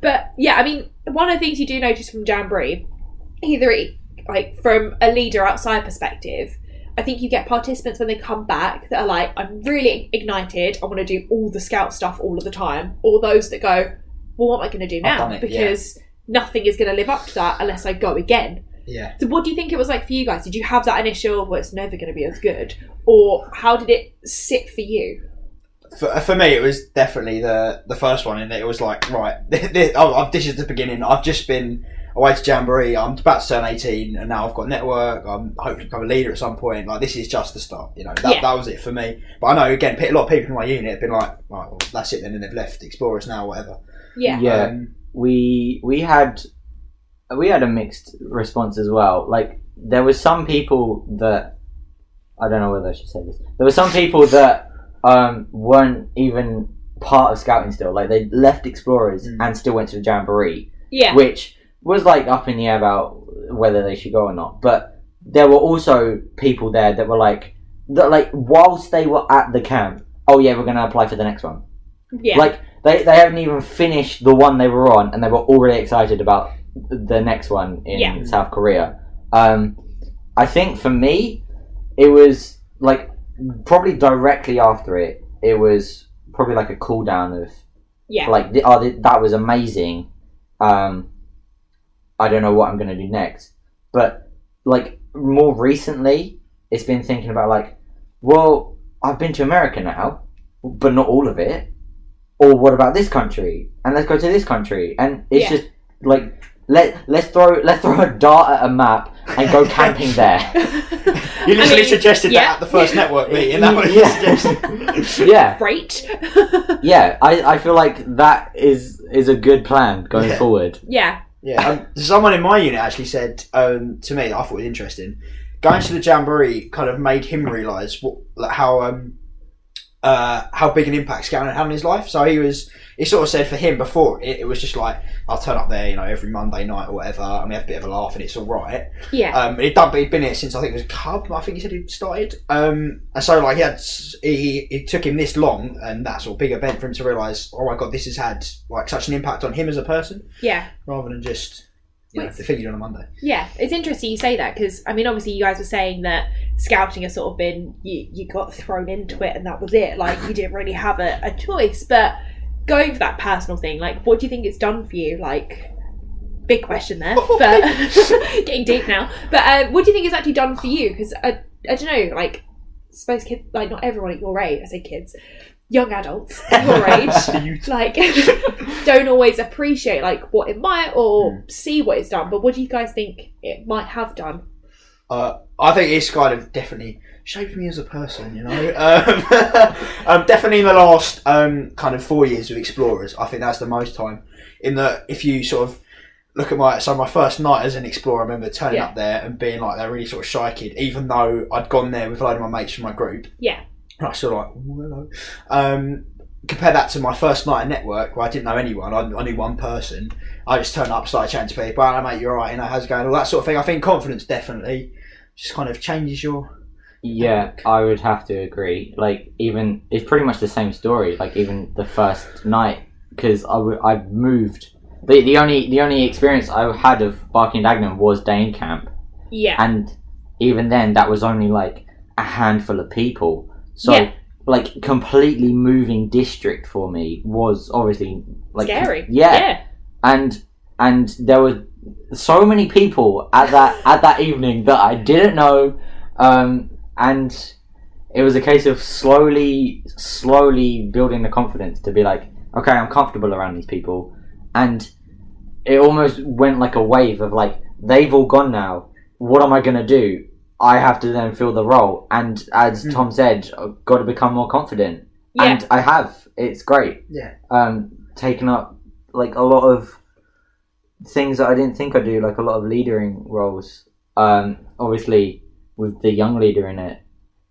[SPEAKER 3] but yeah, I mean, one of the things you do notice from Jamboree, either it, like from a leader outside perspective, I think you get participants when they come back that are like, I'm really ignited. I want to do all the scout stuff all of the time. Or those that go, well, what am I going to do now?
[SPEAKER 5] done it, yeah.
[SPEAKER 3] because nothing is going to live up to that unless I go again.
[SPEAKER 5] Yeah.
[SPEAKER 3] So, what do you think it was like for you guys? Did you have that initial, well, it's never going to be as good? Or how did it sit for you?
[SPEAKER 5] For, uh, for me, it was definitely the the first one, and it was like, right, this, oh, I've, this is the beginning. I've just been away to Jamboree. I'm about to turn 18, and now I've got network. I'm hopefully become a leader at some point. Like, this is just the start. You know, that,
[SPEAKER 3] Yeah.
[SPEAKER 5] that was it for me. But I know, again, a lot of people in my unit have been like, right, well, that's it then, and they've left Explorers now, whatever.
[SPEAKER 3] Yeah.
[SPEAKER 4] Yeah.
[SPEAKER 5] Um,
[SPEAKER 4] we we had we had a mixed response as well. Like there were some people that I don't know whether I should say this. There were some people that um, weren't even part of scouting still. Like they left explorers
[SPEAKER 5] Mm.
[SPEAKER 4] and still went to the jamboree,
[SPEAKER 3] Yeah.
[SPEAKER 4] which was like up in the air about whether they should go or not. But there were also people there that were like that like whilst they were at the camp. Oh yeah, we're gonna apply for the next one.
[SPEAKER 3] Yeah.
[SPEAKER 4] Like they, they haven't even finished the one they were on, and they were already excited about the next one in
[SPEAKER 3] Yeah.
[SPEAKER 4] South Korea. Um, I think for me, it was like probably directly after it. It was probably like a cool down of
[SPEAKER 3] yeah.
[SPEAKER 4] like, th- oh, th- that was amazing. Um, I don't know what I'm gonna do next, but like more recently, it's been thinking about like, well, I've been to America now, but not all of it. Or what about this country? And let's go to this country. And it's
[SPEAKER 3] Yeah.
[SPEAKER 4] just like let let's throw let's throw a dart at a map and go camping there.
[SPEAKER 5] you literally
[SPEAKER 3] mean,
[SPEAKER 5] suggested
[SPEAKER 3] yeah.
[SPEAKER 5] that at the first network meeting. That was
[SPEAKER 4] Yeah.
[SPEAKER 5] suggested.
[SPEAKER 4] Yeah,
[SPEAKER 3] Great.
[SPEAKER 4] yeah. I, I feel like that is is a good plan going
[SPEAKER 5] Yeah.
[SPEAKER 4] forward.
[SPEAKER 3] yeah.
[SPEAKER 5] Yeah, um, someone in my unit actually said um, to me, that I thought was interesting. Going to the jamboree kind of made him realise what, like how um, uh, how big an impact scouting had on his life. So he was, he sort of said for him before it, it was just like, I'll turn up there, you know, every Monday night or whatever, and we have a bit of a laugh and it's all right.
[SPEAKER 3] Yeah.
[SPEAKER 5] Um, he'd done, but he'd been here since I think it was Cub. I think he said he started. Um, and so like he had, he it took him this long, and that's a big event for him to realise. Oh my god, this has had like such an impact on him as a person,
[SPEAKER 3] yeah.
[SPEAKER 5] rather than just you know
[SPEAKER 3] Wait.
[SPEAKER 5] the thing you do on a Monday.
[SPEAKER 3] Yeah, it's interesting you say that because I mean, obviously, you guys were saying that scouting has sort of been you you got thrown into it and that was it. Like you didn't really have a, a choice. But going for that personal thing, like, what do you think it's done for you? Like, big question there, but getting deep now. But uh, what do you think it's actually done for you? Because I I don't know, like, suppose kids like not everyone at your age. I say kids, young adults at your age like don't always appreciate like what it might or
[SPEAKER 4] Hmm.
[SPEAKER 3] see what it's done but what do you guys think it might have done
[SPEAKER 5] Uh, I think it's kind of definitely shaped me as a person, you know. Um, um, definitely in the last um, kind of four years of Explorers, I think that's the most time. In that, if you sort of look at my so my first night as an Explorer, I remember turning
[SPEAKER 3] Yeah.
[SPEAKER 5] up there and being like that really sort of shy kid, even though I'd gone there with a load of my mates from my group.
[SPEAKER 3] Yeah.
[SPEAKER 5] and I was still like, "Ooh, hello. Um, compare that to my first night at network where I didn't know anyone, I, I knew one person. I just turned up, started chatting to people, "Hello, mate, you're right, you know, how's it going?" All that sort of thing. I think confidence definitely just kind of changes your.
[SPEAKER 4] Yeah, I would have to agree. Like, even it's pretty much the same story. Like, even the first night, because I w- I moved. The, the only the only experience I had of Barking Dagenham was Dane Camp,
[SPEAKER 3] yeah
[SPEAKER 4] and even then, that was only like a handful of people. So,
[SPEAKER 3] Yeah.
[SPEAKER 4] like, completely moving district for me was obviously like
[SPEAKER 3] scary
[SPEAKER 4] yeah, and and there were so many people at that at that evening that I didn't know, um, and it was a case of slowly slowly building the confidence to be like, okay, I'm comfortable around these people, and it almost went like a wave of like they've all gone now. What am I gonna do? I have to then fill the role, and as
[SPEAKER 5] Mm.
[SPEAKER 4] Tom said, I've got to become more confident
[SPEAKER 3] yeah
[SPEAKER 4] and I have. It's great.
[SPEAKER 5] Yeah.
[SPEAKER 4] Um, taken up like a lot of things that I didn't think I'd do, like a lot of leadering roles. Um, obviously with the young leader in it,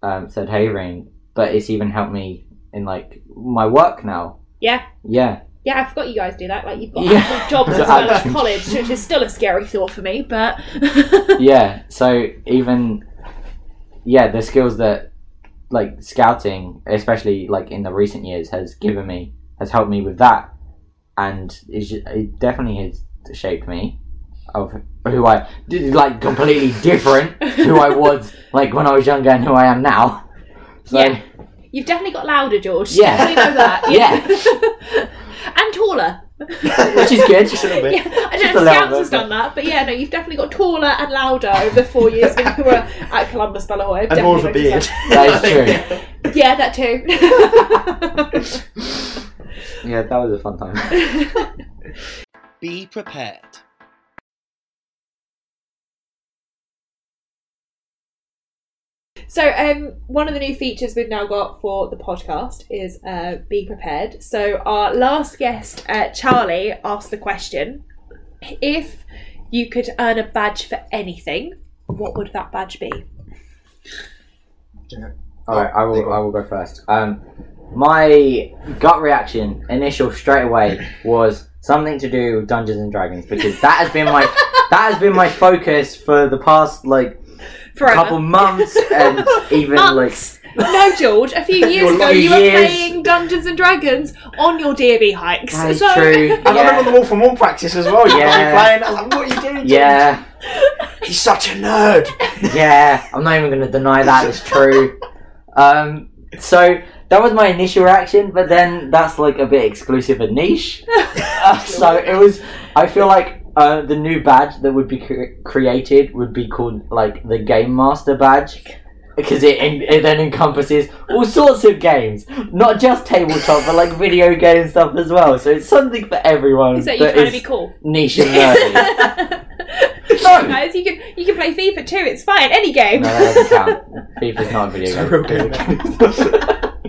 [SPEAKER 4] um, said Hayring, but it's even helped me in like my work now.
[SPEAKER 3] Yeah.
[SPEAKER 4] Yeah.
[SPEAKER 3] yeah i forgot you guys do that like you've got
[SPEAKER 4] Yeah.
[SPEAKER 3] actual jobs as well as college which is still a scary thought for me but
[SPEAKER 4] yeah. So even yeah, the skills that like scouting, especially like in the recent years, has given me has helped me with that, and it's ju- it definitely has shaped me of who I like completely different who I was like when I was younger and who I am now. So
[SPEAKER 3] Yeah. you've definitely got louder george
[SPEAKER 4] Yeah.
[SPEAKER 3] Definitely know that.
[SPEAKER 4] Yeah.
[SPEAKER 3] and taller
[SPEAKER 4] which is good.
[SPEAKER 5] Just a little bit.
[SPEAKER 3] Yeah,
[SPEAKER 4] Just
[SPEAKER 3] I don't know
[SPEAKER 4] a
[SPEAKER 3] if
[SPEAKER 4] little
[SPEAKER 3] Scouts
[SPEAKER 4] bit,
[SPEAKER 3] has done that, but yeah, no, you've definitely got taller and louder over the four years when you were at Columbus Bellahoy.
[SPEAKER 5] And more of a beard.
[SPEAKER 4] That is true.
[SPEAKER 3] Yeah, that too.
[SPEAKER 4] Yeah, that was a fun time.
[SPEAKER 1] Be prepared.
[SPEAKER 3] So, um, one of the new features we've now got for the podcast is uh, be prepared. So, our last guest, uh, Charlie, asked the question: If you could earn a badge for anything, what would that badge be?
[SPEAKER 4] All right, I will. I will go first. Um, my gut reaction, initial straight away, was something to do with Dungeons and Dragons because that has been my that has been my focus for the past like
[SPEAKER 3] Forever.
[SPEAKER 4] couple months and even
[SPEAKER 3] Months. No, George. A few years ago,
[SPEAKER 4] lucky
[SPEAKER 3] you were
[SPEAKER 4] years.
[SPEAKER 3] playing Dungeons and Dragons on your DB hikes.
[SPEAKER 4] That is
[SPEAKER 3] so,
[SPEAKER 4] true.
[SPEAKER 5] And I remember
[SPEAKER 4] Yeah.
[SPEAKER 5] the Wolf and One practice as well. You
[SPEAKER 4] Yeah.
[SPEAKER 5] yeah. playing. I was like, what are you doing? James?
[SPEAKER 4] Yeah,
[SPEAKER 5] He's such a nerd.
[SPEAKER 4] yeah. I'm not even going to deny that it's true. Um, so that was my initial reaction, but then that's like a bit exclusive and niche. Uh, so it was. I feel like uh, the new badge that would be cre- created would be called like the Game Master badge because it en- it then encompasses all sorts of games, not just tabletop, but like video game stuff as well. So it's something for everyone.
[SPEAKER 3] is that you trying to be cool?
[SPEAKER 4] niche and nerdy. No.
[SPEAKER 3] Guys, you can you can play FIFA too. It's fine. Any
[SPEAKER 4] no,
[SPEAKER 3] game.
[SPEAKER 4] that doesn't count. FIFA's not a
[SPEAKER 5] It's
[SPEAKER 4] video
[SPEAKER 5] a
[SPEAKER 4] game.
[SPEAKER 5] real game.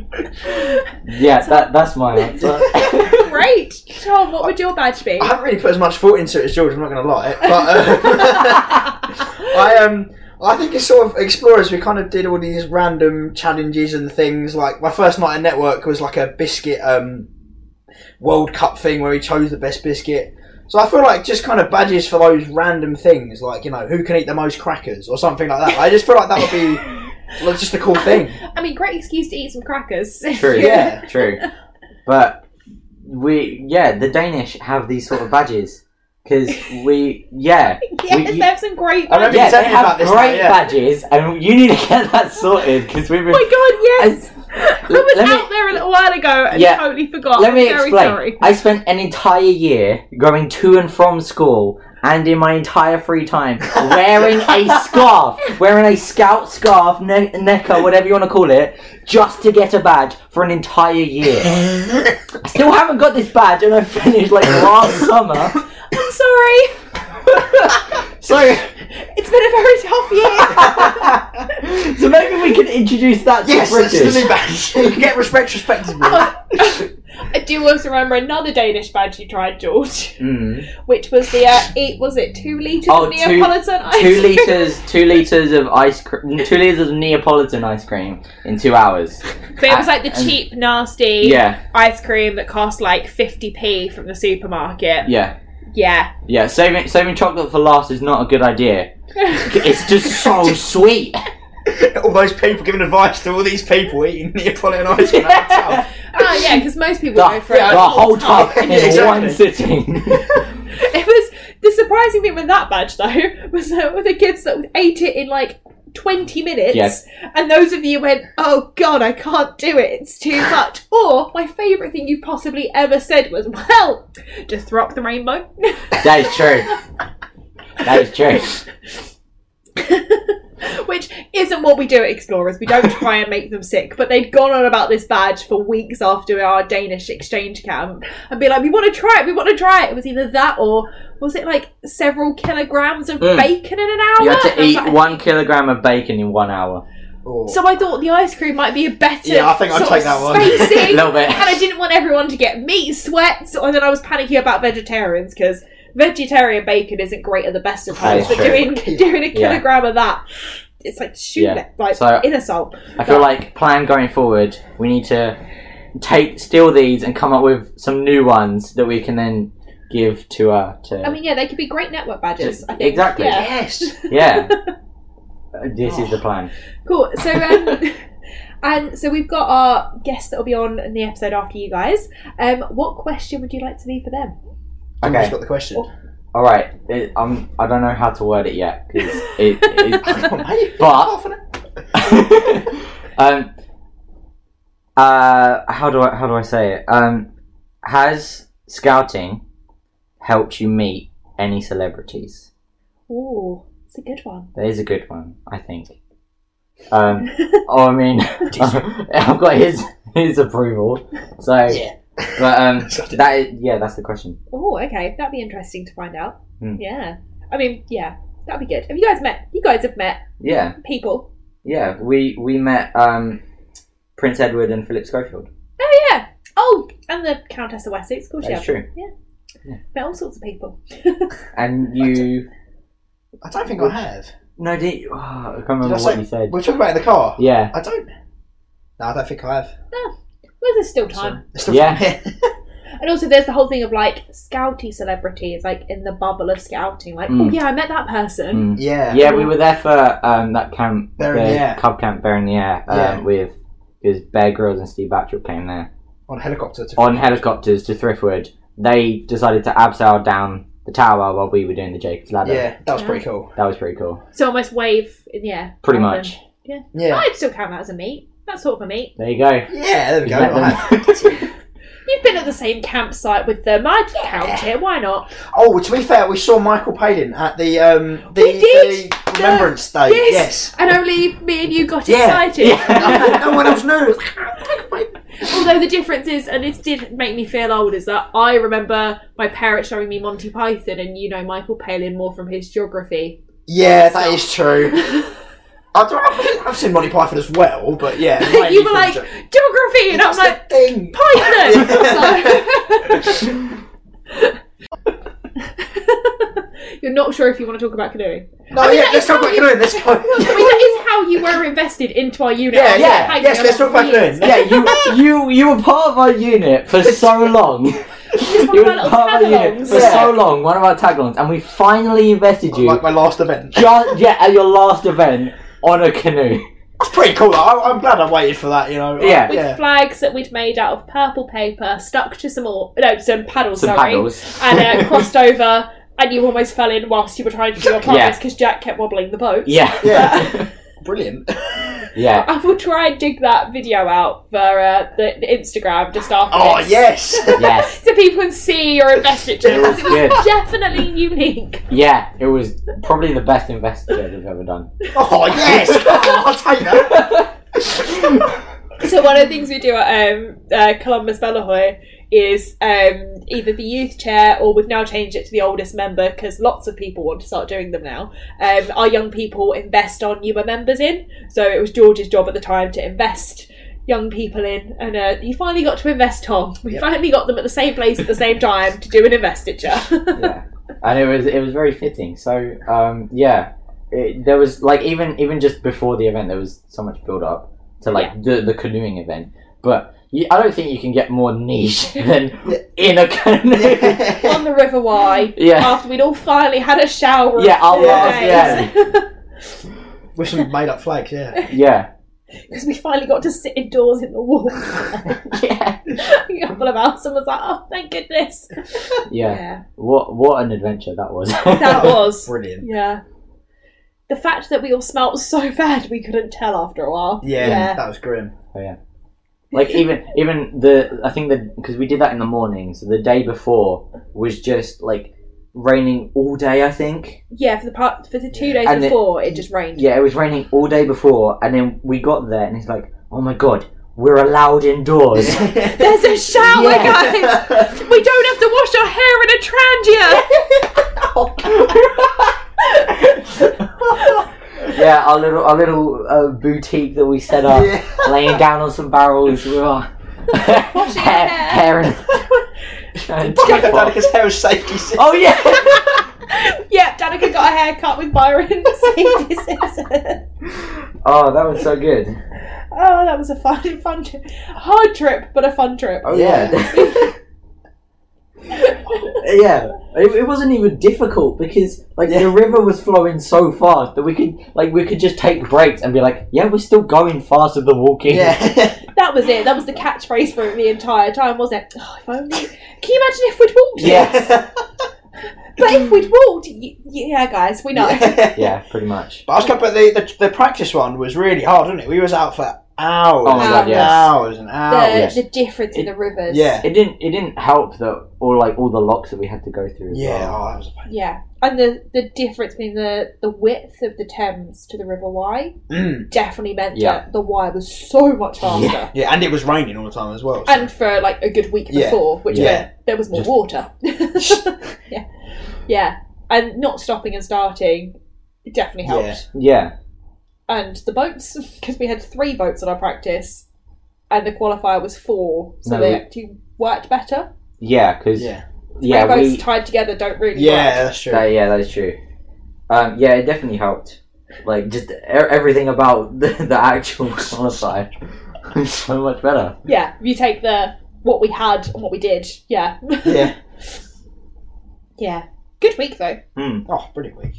[SPEAKER 4] Yeah, that that's my answer.
[SPEAKER 3] Great, Tom. What would your badge be?
[SPEAKER 5] uh, I haven't really put as much thought into it as George. I'm not going to lie, but um, I um, I think it's sort of explorers. We kind of did all these random challenges and things. Like my first night at network was like a biscuit um, World Cup thing where we chose the best biscuit. So I feel like just kind of badges for those random things, like you know who can eat the most crackers or something like that. I just feel like that would be like, just a cool thing.
[SPEAKER 3] I mean, great excuse to eat some crackers.
[SPEAKER 4] True.
[SPEAKER 5] Yeah.
[SPEAKER 4] True. But we, yeah, the Danish have these sort of badges because we, yeah,
[SPEAKER 3] yes,
[SPEAKER 4] We-
[SPEAKER 3] they have some great.
[SPEAKER 5] I remember
[SPEAKER 3] ones.
[SPEAKER 4] yeah, they
[SPEAKER 5] telling me
[SPEAKER 4] have
[SPEAKER 5] about this now,
[SPEAKER 4] great
[SPEAKER 5] yeah.
[SPEAKER 4] badges, and you need to get that sorted because we've
[SPEAKER 3] Oh
[SPEAKER 4] been.
[SPEAKER 3] my god, yes! I
[SPEAKER 4] Let-
[SPEAKER 3] was
[SPEAKER 4] let me-
[SPEAKER 3] out there a little while ago and
[SPEAKER 4] Yeah.
[SPEAKER 3] totally forgot.
[SPEAKER 4] Let me
[SPEAKER 3] I'm very
[SPEAKER 4] explain.
[SPEAKER 3] sorry.
[SPEAKER 4] I spent an entire year going to and from school and in my entire free time wearing a scarf, wearing a scout scarf, ne- necker, whatever you want to call it, just to get a badge for an entire year. I still haven't got this badge and I finished like last summer.
[SPEAKER 3] I'm sorry.
[SPEAKER 4] So,
[SPEAKER 3] It's been a very tough year.
[SPEAKER 4] so maybe we can introduce that to
[SPEAKER 5] Yes, that's
[SPEAKER 4] British.
[SPEAKER 5] the new badge. You can get respect retrospectively.
[SPEAKER 3] I do also remember another Danish badge you tried, George,
[SPEAKER 4] Mm.
[SPEAKER 3] which was the uh, eight. Was it two liters
[SPEAKER 4] Oh,
[SPEAKER 3] of
[SPEAKER 4] two-
[SPEAKER 3] Neapolitan ice?
[SPEAKER 4] Two
[SPEAKER 3] cream.
[SPEAKER 4] liters, two liters of ice cream, two liters of Neapolitan ice cream in two hours.
[SPEAKER 3] But it was like the
[SPEAKER 4] And-
[SPEAKER 3] cheap, nasty
[SPEAKER 4] Yeah,
[SPEAKER 3] ice cream that cost like fifty p from the supermarket.
[SPEAKER 4] yeah.
[SPEAKER 3] Yeah.
[SPEAKER 4] Yeah, saving saving chocolate for last is not a good idea. It's just so sweet.
[SPEAKER 5] all those people giving advice to all these people eating Neapolitan ice cream. out of town.
[SPEAKER 4] the
[SPEAKER 3] Oh yeah, because most people go for
[SPEAKER 4] the
[SPEAKER 3] it. all
[SPEAKER 4] whole
[SPEAKER 3] the time.
[SPEAKER 4] tub in
[SPEAKER 5] Yeah, exactly.
[SPEAKER 4] one sitting.
[SPEAKER 3] It was the surprising thing with that badge though was that were the kids that ate it in like twenty minutes,
[SPEAKER 4] Yes.
[SPEAKER 3] and those of you went, "Oh God, I can't do it. It's too much." Or my favourite thing you possibly ever said was, "Well, just throw up the rainbow."
[SPEAKER 4] that is true. That is true.
[SPEAKER 3] Which isn't what we do at Explorers. We don't try and make them sick, but they'd gone on about this badge for weeks after our Danish exchange camp and be like, we want to try it, we want to try it. It was either that or was it like several kilograms of
[SPEAKER 4] Mm.
[SPEAKER 3] bacon in an hour?
[SPEAKER 4] You had
[SPEAKER 3] And
[SPEAKER 4] to
[SPEAKER 3] I was
[SPEAKER 4] eat
[SPEAKER 3] like-
[SPEAKER 4] one kilogram of bacon in one hour.
[SPEAKER 5] Oh.
[SPEAKER 3] So I thought the ice cream might be a better
[SPEAKER 5] Yeah, I think I'd
[SPEAKER 3] sort
[SPEAKER 5] take
[SPEAKER 3] of
[SPEAKER 5] that one.
[SPEAKER 4] A
[SPEAKER 3] spacing.
[SPEAKER 4] little bit.
[SPEAKER 3] and I didn't want everyone to get meat sweats, and then I was panicking about vegetarians because vegetarian bacon isn't great at the best of
[SPEAKER 4] That
[SPEAKER 3] times,
[SPEAKER 4] is
[SPEAKER 3] but
[SPEAKER 4] true.
[SPEAKER 3] doing doing a
[SPEAKER 4] Yeah.
[SPEAKER 3] kilogram of that, it's like shoot
[SPEAKER 4] Yeah.
[SPEAKER 3] it, like
[SPEAKER 4] So-
[SPEAKER 3] in insult.
[SPEAKER 4] I feel like plan going forward, we need to take steal these and come up with some new ones that we can then give to uh to
[SPEAKER 3] I mean, yeah, they could be great network badges.
[SPEAKER 4] Just-
[SPEAKER 3] I think.
[SPEAKER 4] exactly.
[SPEAKER 3] Yeah.
[SPEAKER 5] yes.
[SPEAKER 4] yeah. Uh, This is the plan.
[SPEAKER 3] Cool. So, um, and so we've got our guest that will be on in the episode after you guys. Um, what question would you like to leave for them?
[SPEAKER 5] Okay.
[SPEAKER 4] Okay.
[SPEAKER 5] got the question.
[SPEAKER 4] All right, it, um, I don't know how to word it yet, 'cause it, it,
[SPEAKER 5] Come on, mate.
[SPEAKER 4] But-
[SPEAKER 5] Half an hour.
[SPEAKER 4] um, uh, how do I how do I say it? Um, has scouting helped you meet any celebrities?
[SPEAKER 3] Ooh, it's a good one.
[SPEAKER 4] That is a good one, I think. Um, oh, I mean, I've got his his approval, so
[SPEAKER 5] Yeah.
[SPEAKER 4] But um, that is, yeah, that's the question.
[SPEAKER 3] Oh, okay. That'd be interesting to find out.
[SPEAKER 4] Hmm.
[SPEAKER 3] Yeah. I mean, yeah. That'd be good. Have you guys met? You guys have met
[SPEAKER 4] Yeah,
[SPEAKER 3] people.
[SPEAKER 4] yeah, we we met um, Prince Edward and Philip Schofield.
[SPEAKER 3] Oh, yeah. Oh, and the Countess of Wessex. Of course, you
[SPEAKER 4] That's
[SPEAKER 3] have.
[SPEAKER 4] true.
[SPEAKER 3] Met all sorts of people.
[SPEAKER 4] And you.
[SPEAKER 5] I don't think I have.
[SPEAKER 4] No, did you... oh, I can't
[SPEAKER 5] Did
[SPEAKER 4] remember
[SPEAKER 5] I
[SPEAKER 4] what
[SPEAKER 5] say-
[SPEAKER 4] you said.
[SPEAKER 5] We're talking about it in the car.
[SPEAKER 4] Yeah.
[SPEAKER 5] I don't. No, I don't think I have.
[SPEAKER 3] Well, there's still time.
[SPEAKER 5] It's still
[SPEAKER 4] Yeah.
[SPEAKER 5] fine.
[SPEAKER 3] And also, there's the whole thing of like scouty celebrities, like in the bubble of scouting. Like, oh,
[SPEAKER 4] Mm.
[SPEAKER 3] yeah, I met that person.
[SPEAKER 4] Mm.
[SPEAKER 5] yeah.
[SPEAKER 4] Yeah, we were there for um, that camp,
[SPEAKER 5] Bear in the Air.
[SPEAKER 4] Cub Camp Bear in the Air, um,
[SPEAKER 5] Yeah.
[SPEAKER 4] with because Bear Grylls and Steve Batchel came there
[SPEAKER 5] On helicopter. To...
[SPEAKER 4] on helicopters to Thriftwood. They decided to abseil down the tower while we were doing the Jacob's Ladder.
[SPEAKER 5] Yeah, that was pretty cool.
[SPEAKER 4] That was pretty cool.
[SPEAKER 3] So almost wave in the air.
[SPEAKER 4] Pretty
[SPEAKER 3] rather
[SPEAKER 4] much.
[SPEAKER 3] than- Yeah.
[SPEAKER 5] Yeah.
[SPEAKER 3] I'd still count that as a meet. That's sort of a meet.
[SPEAKER 4] There you go.
[SPEAKER 5] Yeah, there we
[SPEAKER 4] We
[SPEAKER 5] go.
[SPEAKER 4] met
[SPEAKER 5] I have.
[SPEAKER 3] You've been at the same campsite with them. I'd count it. Why not?
[SPEAKER 5] Oh, to be fair, we saw Michael Palin at the um the,
[SPEAKER 3] We did.
[SPEAKER 5] the Remembrance
[SPEAKER 4] Uh,
[SPEAKER 5] Day.
[SPEAKER 3] Yes.
[SPEAKER 5] Yes.
[SPEAKER 3] And only me and you got
[SPEAKER 5] Yeah.
[SPEAKER 3] excited.
[SPEAKER 4] Yeah.
[SPEAKER 5] no one else knew.
[SPEAKER 3] Although the difference is, and it did make me feel old, is that I remember my parents showing me Monty Python, and you know Michael Palin more from his geography.
[SPEAKER 5] Yeah, that is true. I don't, I think I've seen Monty Python as well, but yeah. mainly
[SPEAKER 3] you were
[SPEAKER 5] from
[SPEAKER 3] like
[SPEAKER 5] Jack-
[SPEAKER 3] geography, and I'm
[SPEAKER 5] That's
[SPEAKER 3] like
[SPEAKER 5] the thing.
[SPEAKER 3] Python. So- You're not sure if you want to talk about canoeing.
[SPEAKER 5] No,
[SPEAKER 3] I mean,
[SPEAKER 5] yeah,
[SPEAKER 3] that
[SPEAKER 5] let's
[SPEAKER 3] is
[SPEAKER 5] talk
[SPEAKER 3] how
[SPEAKER 5] about
[SPEAKER 3] you-
[SPEAKER 5] canoeing. Let's go.
[SPEAKER 3] I mean, that is how you were invested into our unit.
[SPEAKER 5] yeah,
[SPEAKER 3] I've been
[SPEAKER 5] yeah,
[SPEAKER 3] hanging
[SPEAKER 5] yes.
[SPEAKER 3] on
[SPEAKER 5] Let's
[SPEAKER 3] for
[SPEAKER 5] talk about
[SPEAKER 3] years.
[SPEAKER 5] canoeing. Yeah, you.
[SPEAKER 4] You you were part of our unit for so long.
[SPEAKER 3] Just one
[SPEAKER 4] you
[SPEAKER 3] of
[SPEAKER 4] were
[SPEAKER 3] our little
[SPEAKER 4] part of our unit
[SPEAKER 3] tag-alongs.
[SPEAKER 4] for
[SPEAKER 5] Yeah.
[SPEAKER 4] so long. One of our taglongs, and we finally invested you.
[SPEAKER 5] Like my last event.
[SPEAKER 4] just yeah at your last event on a canoe.
[SPEAKER 5] It's pretty cool. though. I, I'm glad I waited for that. You know.
[SPEAKER 4] Yeah.
[SPEAKER 5] I,
[SPEAKER 3] With
[SPEAKER 5] yeah.
[SPEAKER 3] flags that we'd made out of purple paper, stuck to some or no, some paddles,
[SPEAKER 4] Some
[SPEAKER 3] sorry,
[SPEAKER 4] paddles.
[SPEAKER 3] and uh, crossed over. And you almost fell in whilst you were trying to do your partners because Jack kept wobbling the boat.
[SPEAKER 4] Yeah.
[SPEAKER 5] Yeah. Brilliant.
[SPEAKER 4] yeah.
[SPEAKER 3] I will try and dig that video out for uh, the, the Instagram just after.
[SPEAKER 5] Oh
[SPEAKER 3] this.
[SPEAKER 5] yes.
[SPEAKER 4] Yes.
[SPEAKER 3] So people can see your investiture.
[SPEAKER 4] It was
[SPEAKER 3] because It was
[SPEAKER 4] good.
[SPEAKER 3] definitely unique.
[SPEAKER 4] Yeah. It was probably the best investigate we've ever done.
[SPEAKER 5] Oh yes. Oh, I'll take that.
[SPEAKER 3] So one of the things we do at um, uh, Columbus Bellahoy is um, either the youth chair or we've now changed it to the oldest member because lots of people want to start doing them now. Um, our young people invest our newer members in. So it was George's job at the time to invest young people in and uh, he finally got to invest Tom. We finally got them at the same place at the same time to do an investiture.
[SPEAKER 4] yeah, and it was it was very fitting. So um, yeah, it, there was like even even just before the event, there was so much build up to like the the canoeing event. But you, I don't think you can get more niche than in a canoe.
[SPEAKER 3] On the River Wye.
[SPEAKER 4] Yeah,
[SPEAKER 3] After we'd all finally had a shower.
[SPEAKER 4] yeah, our
[SPEAKER 5] Yeah.
[SPEAKER 4] last yeah
[SPEAKER 3] yeah.
[SPEAKER 5] With some made up flags. Yeah.
[SPEAKER 4] yeah
[SPEAKER 3] Because we finally got to sit indoors in the warm.
[SPEAKER 4] yeah
[SPEAKER 3] a couple of hours and was like, oh, thank goodness.
[SPEAKER 4] yeah. What what an adventure that was.
[SPEAKER 3] That was.
[SPEAKER 5] Brilliant.
[SPEAKER 3] Yeah. The fact that we all smelt so bad we couldn't tell after a while.
[SPEAKER 5] Yeah,
[SPEAKER 3] Yeah.
[SPEAKER 5] That was grim.
[SPEAKER 4] like even even the I think that because we did that in the morning, so the day before was just like raining all day. I think.
[SPEAKER 3] Yeah, for the part for the two days
[SPEAKER 4] And it-
[SPEAKER 3] before it, just rained.
[SPEAKER 4] Yeah, it was raining all day before, and then we got there, and it's like, oh my god, we're allowed indoors.
[SPEAKER 3] There's a shower,
[SPEAKER 4] Yeah.
[SPEAKER 3] guys! We don't have to wash our hair in a trangia!
[SPEAKER 4] yeah, our little our little uh, boutique that we set up,
[SPEAKER 5] Yeah.
[SPEAKER 4] laying down on some barrels with our
[SPEAKER 3] Washing
[SPEAKER 4] hair,
[SPEAKER 3] hair.
[SPEAKER 4] hair and, and
[SPEAKER 5] Jack and
[SPEAKER 4] jackpot.
[SPEAKER 5] Danica's hair was safety. six.
[SPEAKER 4] Oh yeah,
[SPEAKER 3] yeah, Danica got a haircut with Byron Safety Simpson.
[SPEAKER 4] oh that was so good.
[SPEAKER 3] Oh, that was a fun, fun trip. Hard trip, but a fun trip.
[SPEAKER 4] Oh yeah, yeah. It, it wasn't even difficult because like the river was flowing so fast that we could like we could just take breaks and be like, yeah, we're still going faster than walking.
[SPEAKER 5] Yeah.
[SPEAKER 3] That was it. That was the catchphrase for the entire time, wasn't it? Oh, if only. Can you imagine if we'd walked?
[SPEAKER 5] Yeah.
[SPEAKER 3] But if we'd walked, y- yeah, guys, we know.
[SPEAKER 4] Mm. Yeah, pretty much.
[SPEAKER 5] But I was going, but the, the the practice one was really hard, wasn't it? We was out for hours,
[SPEAKER 4] Oh
[SPEAKER 3] my God,
[SPEAKER 5] and
[SPEAKER 3] yes.
[SPEAKER 5] hours and
[SPEAKER 3] The,
[SPEAKER 5] hours.
[SPEAKER 4] yes.
[SPEAKER 3] the difference in the rivers.
[SPEAKER 5] Yeah.
[SPEAKER 4] Oh, It didn't. It didn't help that all like all the locks that we had to go through. as
[SPEAKER 5] Yeah,
[SPEAKER 4] well.
[SPEAKER 5] oh, that was a
[SPEAKER 3] Yeah. And the, the difference between the, the width of the Thames to the River Wye
[SPEAKER 5] Mm.
[SPEAKER 3] definitely meant
[SPEAKER 4] Yeah.
[SPEAKER 3] that the Wye was so much faster.
[SPEAKER 4] Yeah.
[SPEAKER 5] Yeah, and it was raining all the time as well. so-
[SPEAKER 3] And for like a good week
[SPEAKER 5] Yeah.
[SPEAKER 3] before, which
[SPEAKER 5] Yeah.
[SPEAKER 3] meant there was more
[SPEAKER 4] Just-
[SPEAKER 3] water. yeah. Yeah. And not stopping and starting definitely helped.
[SPEAKER 5] Yeah.
[SPEAKER 4] Yeah.
[SPEAKER 3] and the boats because we had three boats on our practice, and the qualifier was four, so
[SPEAKER 4] No,
[SPEAKER 3] they
[SPEAKER 4] we-
[SPEAKER 3] actually worked better.
[SPEAKER 4] Yeah. Because yeah,
[SPEAKER 5] yeah,
[SPEAKER 3] three
[SPEAKER 4] we.
[SPEAKER 3] boats tied together don't really
[SPEAKER 5] yeah,
[SPEAKER 3] work.
[SPEAKER 5] that's true.
[SPEAKER 4] that- yeah, that is true. Um, yeah, it definitely helped. Like just e- everything about the, the actual qualifier was so much better.
[SPEAKER 3] Yeah, you take the what we had and what we did. Yeah,
[SPEAKER 5] yeah.
[SPEAKER 3] yeah. Good week though.
[SPEAKER 4] Hmm.
[SPEAKER 5] Oh, brilliant week.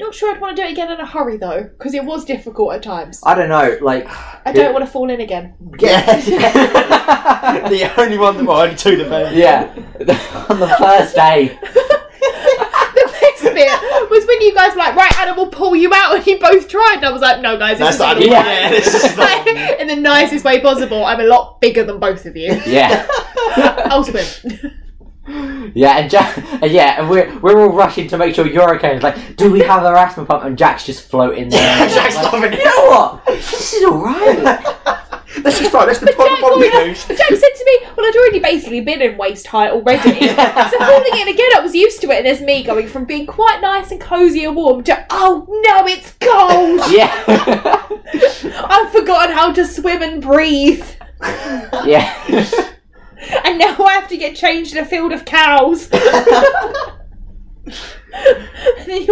[SPEAKER 3] Not sure I'd want to do it again in a hurry though, because it was difficult at times. I,
[SPEAKER 4] I don't know. Like
[SPEAKER 3] don't want to fall in again.
[SPEAKER 5] Yeah. the only one that well, only two to fail.
[SPEAKER 4] Yeah, on the first day.
[SPEAKER 3] the best bit was when you guys were like, right, Adam, we'll pull you out, and you both tried, and I was like, no, guys,
[SPEAKER 5] That's
[SPEAKER 3] this is
[SPEAKER 5] not
[SPEAKER 3] not
[SPEAKER 4] yeah.
[SPEAKER 5] yeah. This is not.
[SPEAKER 3] in the nicest way possible. I'm a lot bigger than both of you.
[SPEAKER 4] Yeah,
[SPEAKER 3] I'll swim.
[SPEAKER 4] yeah, and Jack, and yeah, and we're we're all rushing to make sure you're okay. It's like, do we have our asthma pump? And Jack's just floating there.
[SPEAKER 5] Jack's
[SPEAKER 4] Like,
[SPEAKER 5] loving
[SPEAKER 4] You
[SPEAKER 5] it.
[SPEAKER 4] know what? This is alright.
[SPEAKER 5] This is fun. This is the
[SPEAKER 3] Jack
[SPEAKER 5] proper body
[SPEAKER 3] always-
[SPEAKER 5] news.
[SPEAKER 3] Jack said to me, Well, I'd already basically been in waist height already. so falling in again, I was used to it, and there's me going from being quite nice and cosy and warm to, Oh no, it's cold!
[SPEAKER 4] yeah,
[SPEAKER 3] I've forgotten how to swim and breathe.
[SPEAKER 4] yeah,
[SPEAKER 3] And now I have to get changed in a field of cows. you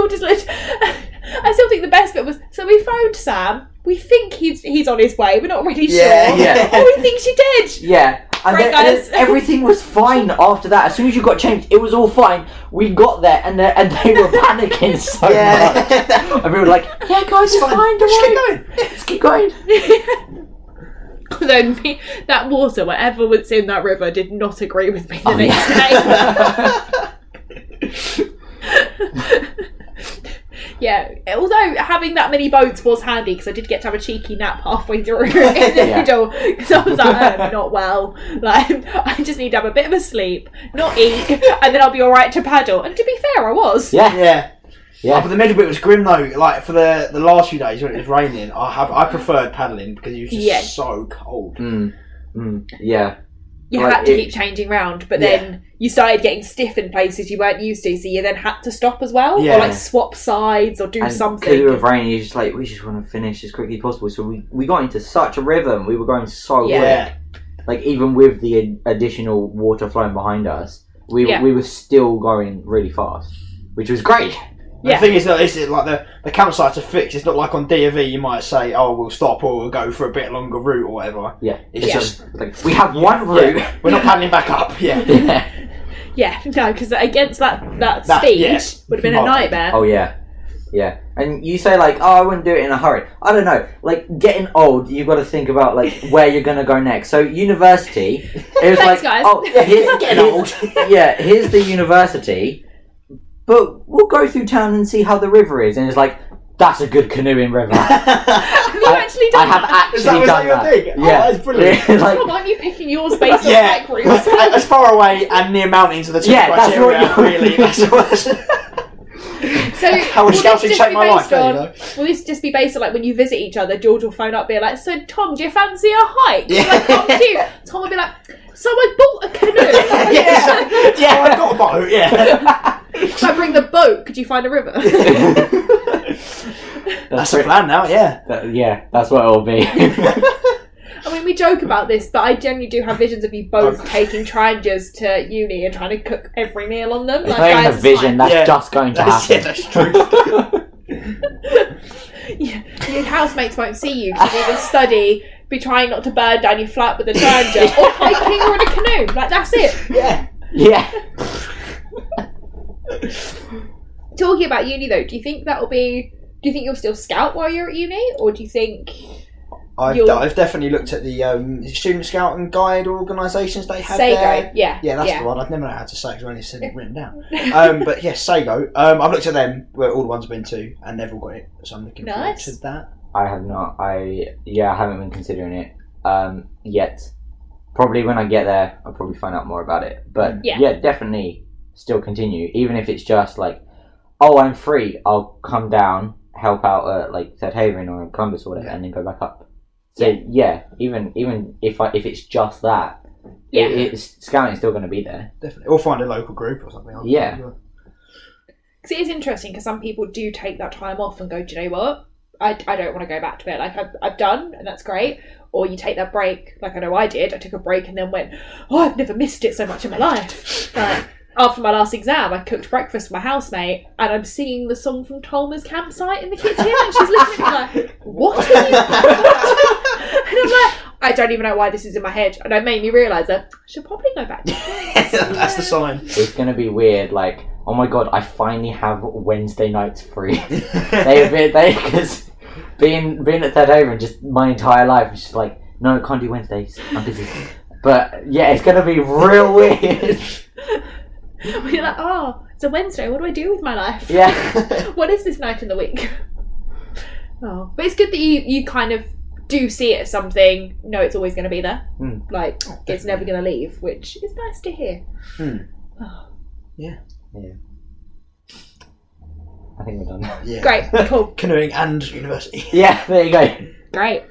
[SPEAKER 3] all just looked. I still think the best bit was so we phoned Sam. We think he's he's on his way. We're not really
[SPEAKER 5] Yeah,
[SPEAKER 3] sure.
[SPEAKER 4] yeah.
[SPEAKER 3] Or we think she did.
[SPEAKER 4] Yeah. And
[SPEAKER 3] Right,
[SPEAKER 4] then, and then
[SPEAKER 3] guys.
[SPEAKER 4] everything was fine after that. As soon as you got changed, it was all fine. We got there and they- and they were panicking so much.
[SPEAKER 5] yeah.
[SPEAKER 4] And we were like, yeah, guys, it's fine. don't
[SPEAKER 5] Just
[SPEAKER 4] worry.
[SPEAKER 5] keep going.
[SPEAKER 4] Just keep going.
[SPEAKER 3] Although me, that water, whatever was in that river, did not agree with me the
[SPEAKER 4] Oh,
[SPEAKER 3] next day. yeah, although having that many boats was handy because I did get to have a cheeky nap halfway through in the
[SPEAKER 4] Yeah.
[SPEAKER 3] middle because I was like, I'm not well. Like, I just need to have a bit of a sleep, not eat, and then I'll be all right to paddle. And to be fair, I was.
[SPEAKER 4] yeah.
[SPEAKER 5] Yeah.
[SPEAKER 4] Yeah.
[SPEAKER 5] Oh, but the middle bit was grim though. Like for the the last few days when it was raining, I have I
[SPEAKER 3] Mm-hmm.
[SPEAKER 5] preferred paddling because it was just
[SPEAKER 3] Yeah.
[SPEAKER 5] so cold.
[SPEAKER 4] Mm. Mm. Yeah.
[SPEAKER 3] You
[SPEAKER 4] Like,
[SPEAKER 3] had to
[SPEAKER 4] it-
[SPEAKER 3] keep changing round, but then you started getting stiff in places you weren't used to, so you then had to stop as well,
[SPEAKER 5] Yeah.
[SPEAKER 3] or like swap sides or do
[SPEAKER 4] And
[SPEAKER 3] something.
[SPEAKER 4] Because we were raining, you're just like, we just want to finish as quickly as possible. So we, we got into such a rhythm. We were going so
[SPEAKER 3] Yeah.
[SPEAKER 4] quick.
[SPEAKER 5] Yeah.
[SPEAKER 4] Like, even with the ad- additional water flowing behind us, we,
[SPEAKER 3] Yeah.
[SPEAKER 4] we were still going really fast, which was great.
[SPEAKER 3] Yeah.
[SPEAKER 5] The thing is that it's like the the campsites are fixed. It's not like on D of E you might say, oh, we'll stop or we'll go for a bit longer route or whatever.
[SPEAKER 4] Yeah.
[SPEAKER 5] It's
[SPEAKER 3] Yeah.
[SPEAKER 5] just
[SPEAKER 4] Like, we have one route.
[SPEAKER 5] yeah, we're not paddling back up. Yeah.
[SPEAKER 4] Yeah.
[SPEAKER 3] Yeah, no, because against that that,
[SPEAKER 5] That-
[SPEAKER 3] speed
[SPEAKER 5] yeah.
[SPEAKER 3] would have been a
[SPEAKER 5] Oh.
[SPEAKER 3] nightmare.
[SPEAKER 4] Oh yeah, yeah. And you say like, oh, I wouldn't do it in a hurry. I don't know. Like getting old, you've got to think about like where you're gonna go next. So university, it was like,
[SPEAKER 3] Thanks, guys.
[SPEAKER 4] oh, here's,
[SPEAKER 5] Getting
[SPEAKER 4] here's-
[SPEAKER 5] old.
[SPEAKER 4] yeah, here's the university, but we'll go through town and see how the river is. And it's like, that's a good canoeing river.
[SPEAKER 3] Have you
[SPEAKER 4] I
[SPEAKER 3] actually done
[SPEAKER 4] have
[SPEAKER 3] that?
[SPEAKER 4] actually
[SPEAKER 5] Is that- was
[SPEAKER 4] done
[SPEAKER 5] that your thing? Oh,
[SPEAKER 4] Yeah,
[SPEAKER 5] that is brilliant.
[SPEAKER 4] like,
[SPEAKER 3] Tom, aren't you picking yours based on
[SPEAKER 5] Yeah.
[SPEAKER 3] like routes?
[SPEAKER 5] as far away and near mountains are the two
[SPEAKER 4] Yeah, that's
[SPEAKER 5] criteria.
[SPEAKER 4] what you-
[SPEAKER 5] really. That's oh, what.
[SPEAKER 3] So
[SPEAKER 5] How
[SPEAKER 3] will
[SPEAKER 5] would
[SPEAKER 3] this
[SPEAKER 5] scouting
[SPEAKER 3] just
[SPEAKER 5] shape
[SPEAKER 3] be
[SPEAKER 5] my
[SPEAKER 3] based
[SPEAKER 5] life? There
[SPEAKER 3] on-
[SPEAKER 5] you go.
[SPEAKER 3] Will this just be based on like when you visit each other, George will phone up, be like, "So Tom, do you fancy a hike?" Yeah.
[SPEAKER 5] Yeah.
[SPEAKER 3] Like, Tom, do you? Tom will be like, "So I bought a canoe.
[SPEAKER 5] yeah, yeah. Oh, I've got a boat. Yeah,
[SPEAKER 3] If I bring the boat, could you find a river?"
[SPEAKER 5] that's
[SPEAKER 4] that's
[SPEAKER 5] the
[SPEAKER 4] pretty-
[SPEAKER 5] plan now. Yeah,
[SPEAKER 4] that- yeah, that's what it'll be.
[SPEAKER 3] I mean, we joke about this, but I genuinely do have visions of you both
[SPEAKER 5] Okay.
[SPEAKER 3] taking triangers to uni and trying to cook every meal on them.
[SPEAKER 4] It's not even a
[SPEAKER 3] guys, it's
[SPEAKER 4] vision.
[SPEAKER 3] like-
[SPEAKER 4] That's
[SPEAKER 5] Yeah.
[SPEAKER 4] just going to
[SPEAKER 5] that's, yeah,
[SPEAKER 4] happen.
[SPEAKER 5] that's true.
[SPEAKER 3] Yeah, your housemates won't see you because you either study, be trying not to burn down your flat with a charger, or hiking or in a canoe. Like that's it.
[SPEAKER 5] yeah.
[SPEAKER 4] yeah.
[SPEAKER 3] Talking about uni though, do you think that'll be? Do you think you'll still scout while you're at uni, or do you think?
[SPEAKER 5] I've,
[SPEAKER 3] You'll-
[SPEAKER 5] I've definitely looked at the um, student scout and guide organisations they have
[SPEAKER 3] Sago,
[SPEAKER 5] there.
[SPEAKER 3] yeah,
[SPEAKER 5] Yeah, that's the one. I've never known how to say it 'cause I only said it written down. Um, but yes, Sago. Um, I've looked at them, where all the ones I've been to, and they've all got it. So I'm looking
[SPEAKER 3] Nice.
[SPEAKER 5] forward to that.
[SPEAKER 4] I have not. I yeah, I haven't been considering it um, yet. Probably when I get there, I'll probably find out more about it. But
[SPEAKER 3] Yeah.
[SPEAKER 4] yeah. definitely still continue, even if it's just like, oh, I'm free. I'll come down, help out at like Ted Haven or Columbus or whatever,
[SPEAKER 5] Yeah.
[SPEAKER 4] and then go back up. So yeah, even even if I if it's just that,
[SPEAKER 3] Yeah.
[SPEAKER 4] it, it's, scouting's still going to be there.
[SPEAKER 5] Definitely. Or find a local group or something. aren't
[SPEAKER 4] Yeah.
[SPEAKER 5] you?
[SPEAKER 3] Because it is interesting because some people do take that time off and go, do you know what? I, I don't want to go back to it. Like, I've, I've done, and that's great. Or you take that break, like I know I did. I took a break and then went, oh, I've never missed it so much in my life. Like, after my last exam, I cooked breakfast for my housemate, and I'm singing the song from Tolma's campsite in the kitchen, and she's looking at me like, what are you? what?" And I'm like, I don't even know why this is in my head. And it made me realise that I should probably go back to it.
[SPEAKER 5] that's the sign.
[SPEAKER 4] It's going to be weird. Like, oh my god, I finally have Wednesday nights free. they have been they because being being at third over and just my entire life is just like no I can't do Wednesdays I'm busy but yeah it's gonna be real weird
[SPEAKER 3] We're like, oh, it's a Wednesday. What do I do with my life?
[SPEAKER 4] yeah
[SPEAKER 3] what is this night in the week? Oh, but it's good that you you kind of do see it as something. No, it's always going to be there.
[SPEAKER 4] Hmm.
[SPEAKER 3] Like it's never going to leave, which is nice to hear.
[SPEAKER 4] I think we're done
[SPEAKER 5] Yeah.
[SPEAKER 3] Great, cool,
[SPEAKER 5] Canoeing and university.
[SPEAKER 4] yeah there you go
[SPEAKER 3] great.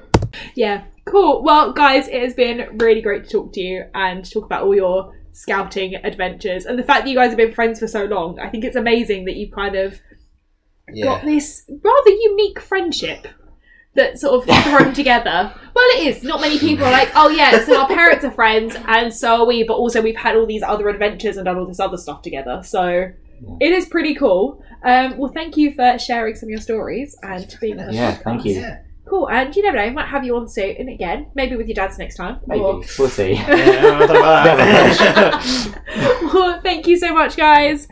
[SPEAKER 3] Yeah, cool. Well, guys, it has been really great to talk to you and to talk about all your scouting adventures and the fact that you guys have been friends for so long. I think it's amazing that you kind of got this rather unique friendship that sort of thrown together. Well, it is. Not many people are like, oh yeah, so our parents are friends, and so are we. But also, we've had all these other adventures and done all this other stuff together. So It is pretty cool. Um, well, thank you for sharing some of your stories and being with us.
[SPEAKER 4] Yeah, thank you.
[SPEAKER 5] Yeah.
[SPEAKER 3] Cool. And you never know, might have you on soon and again, maybe with your dad's next time.
[SPEAKER 4] Maybe.
[SPEAKER 3] Or-
[SPEAKER 4] We'll see.
[SPEAKER 5] Yeah, I don't know about that.
[SPEAKER 3] well, thank you so much, guys.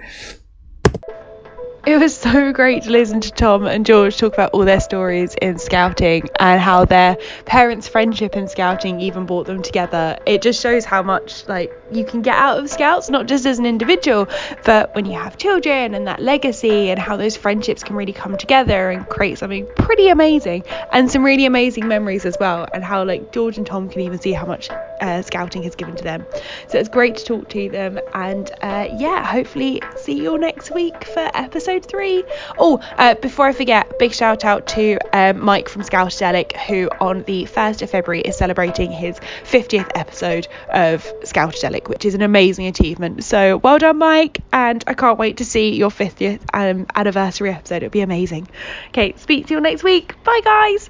[SPEAKER 2] It was so great to listen to Tom and George talk about all their stories in scouting and how their parents' friendship in scouting even brought them together. It just shows how much like you can get out of scouts, not just as an individual, but when you have children and that legacy and how those friendships can really come together and create something pretty amazing and some really amazing memories as well. And how like George and Tom can even see how much uh, scouting has given to them. So it's great to talk to them. And uh, yeah, hopefully see you all next week for episode three. Oh, uh, before I forget, big shout out to um, Mike from Scoutadelic, who on the 1st of February is celebrating his 50th episode of Scoutadelic, which is an amazing achievement. So well done, Mike. And I can't wait to see your 50th um, anniversary episode. It'll be amazing. Okay, speak to you all next week. Bye, guys.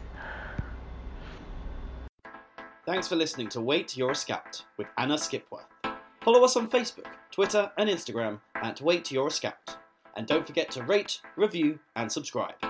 [SPEAKER 1] Thanks for listening to Wait Your Scout with Anna Skipworth. Follow us on Facebook, Twitter, and Instagram at Wait Your Scout. And don't forget to rate, review, and subscribe.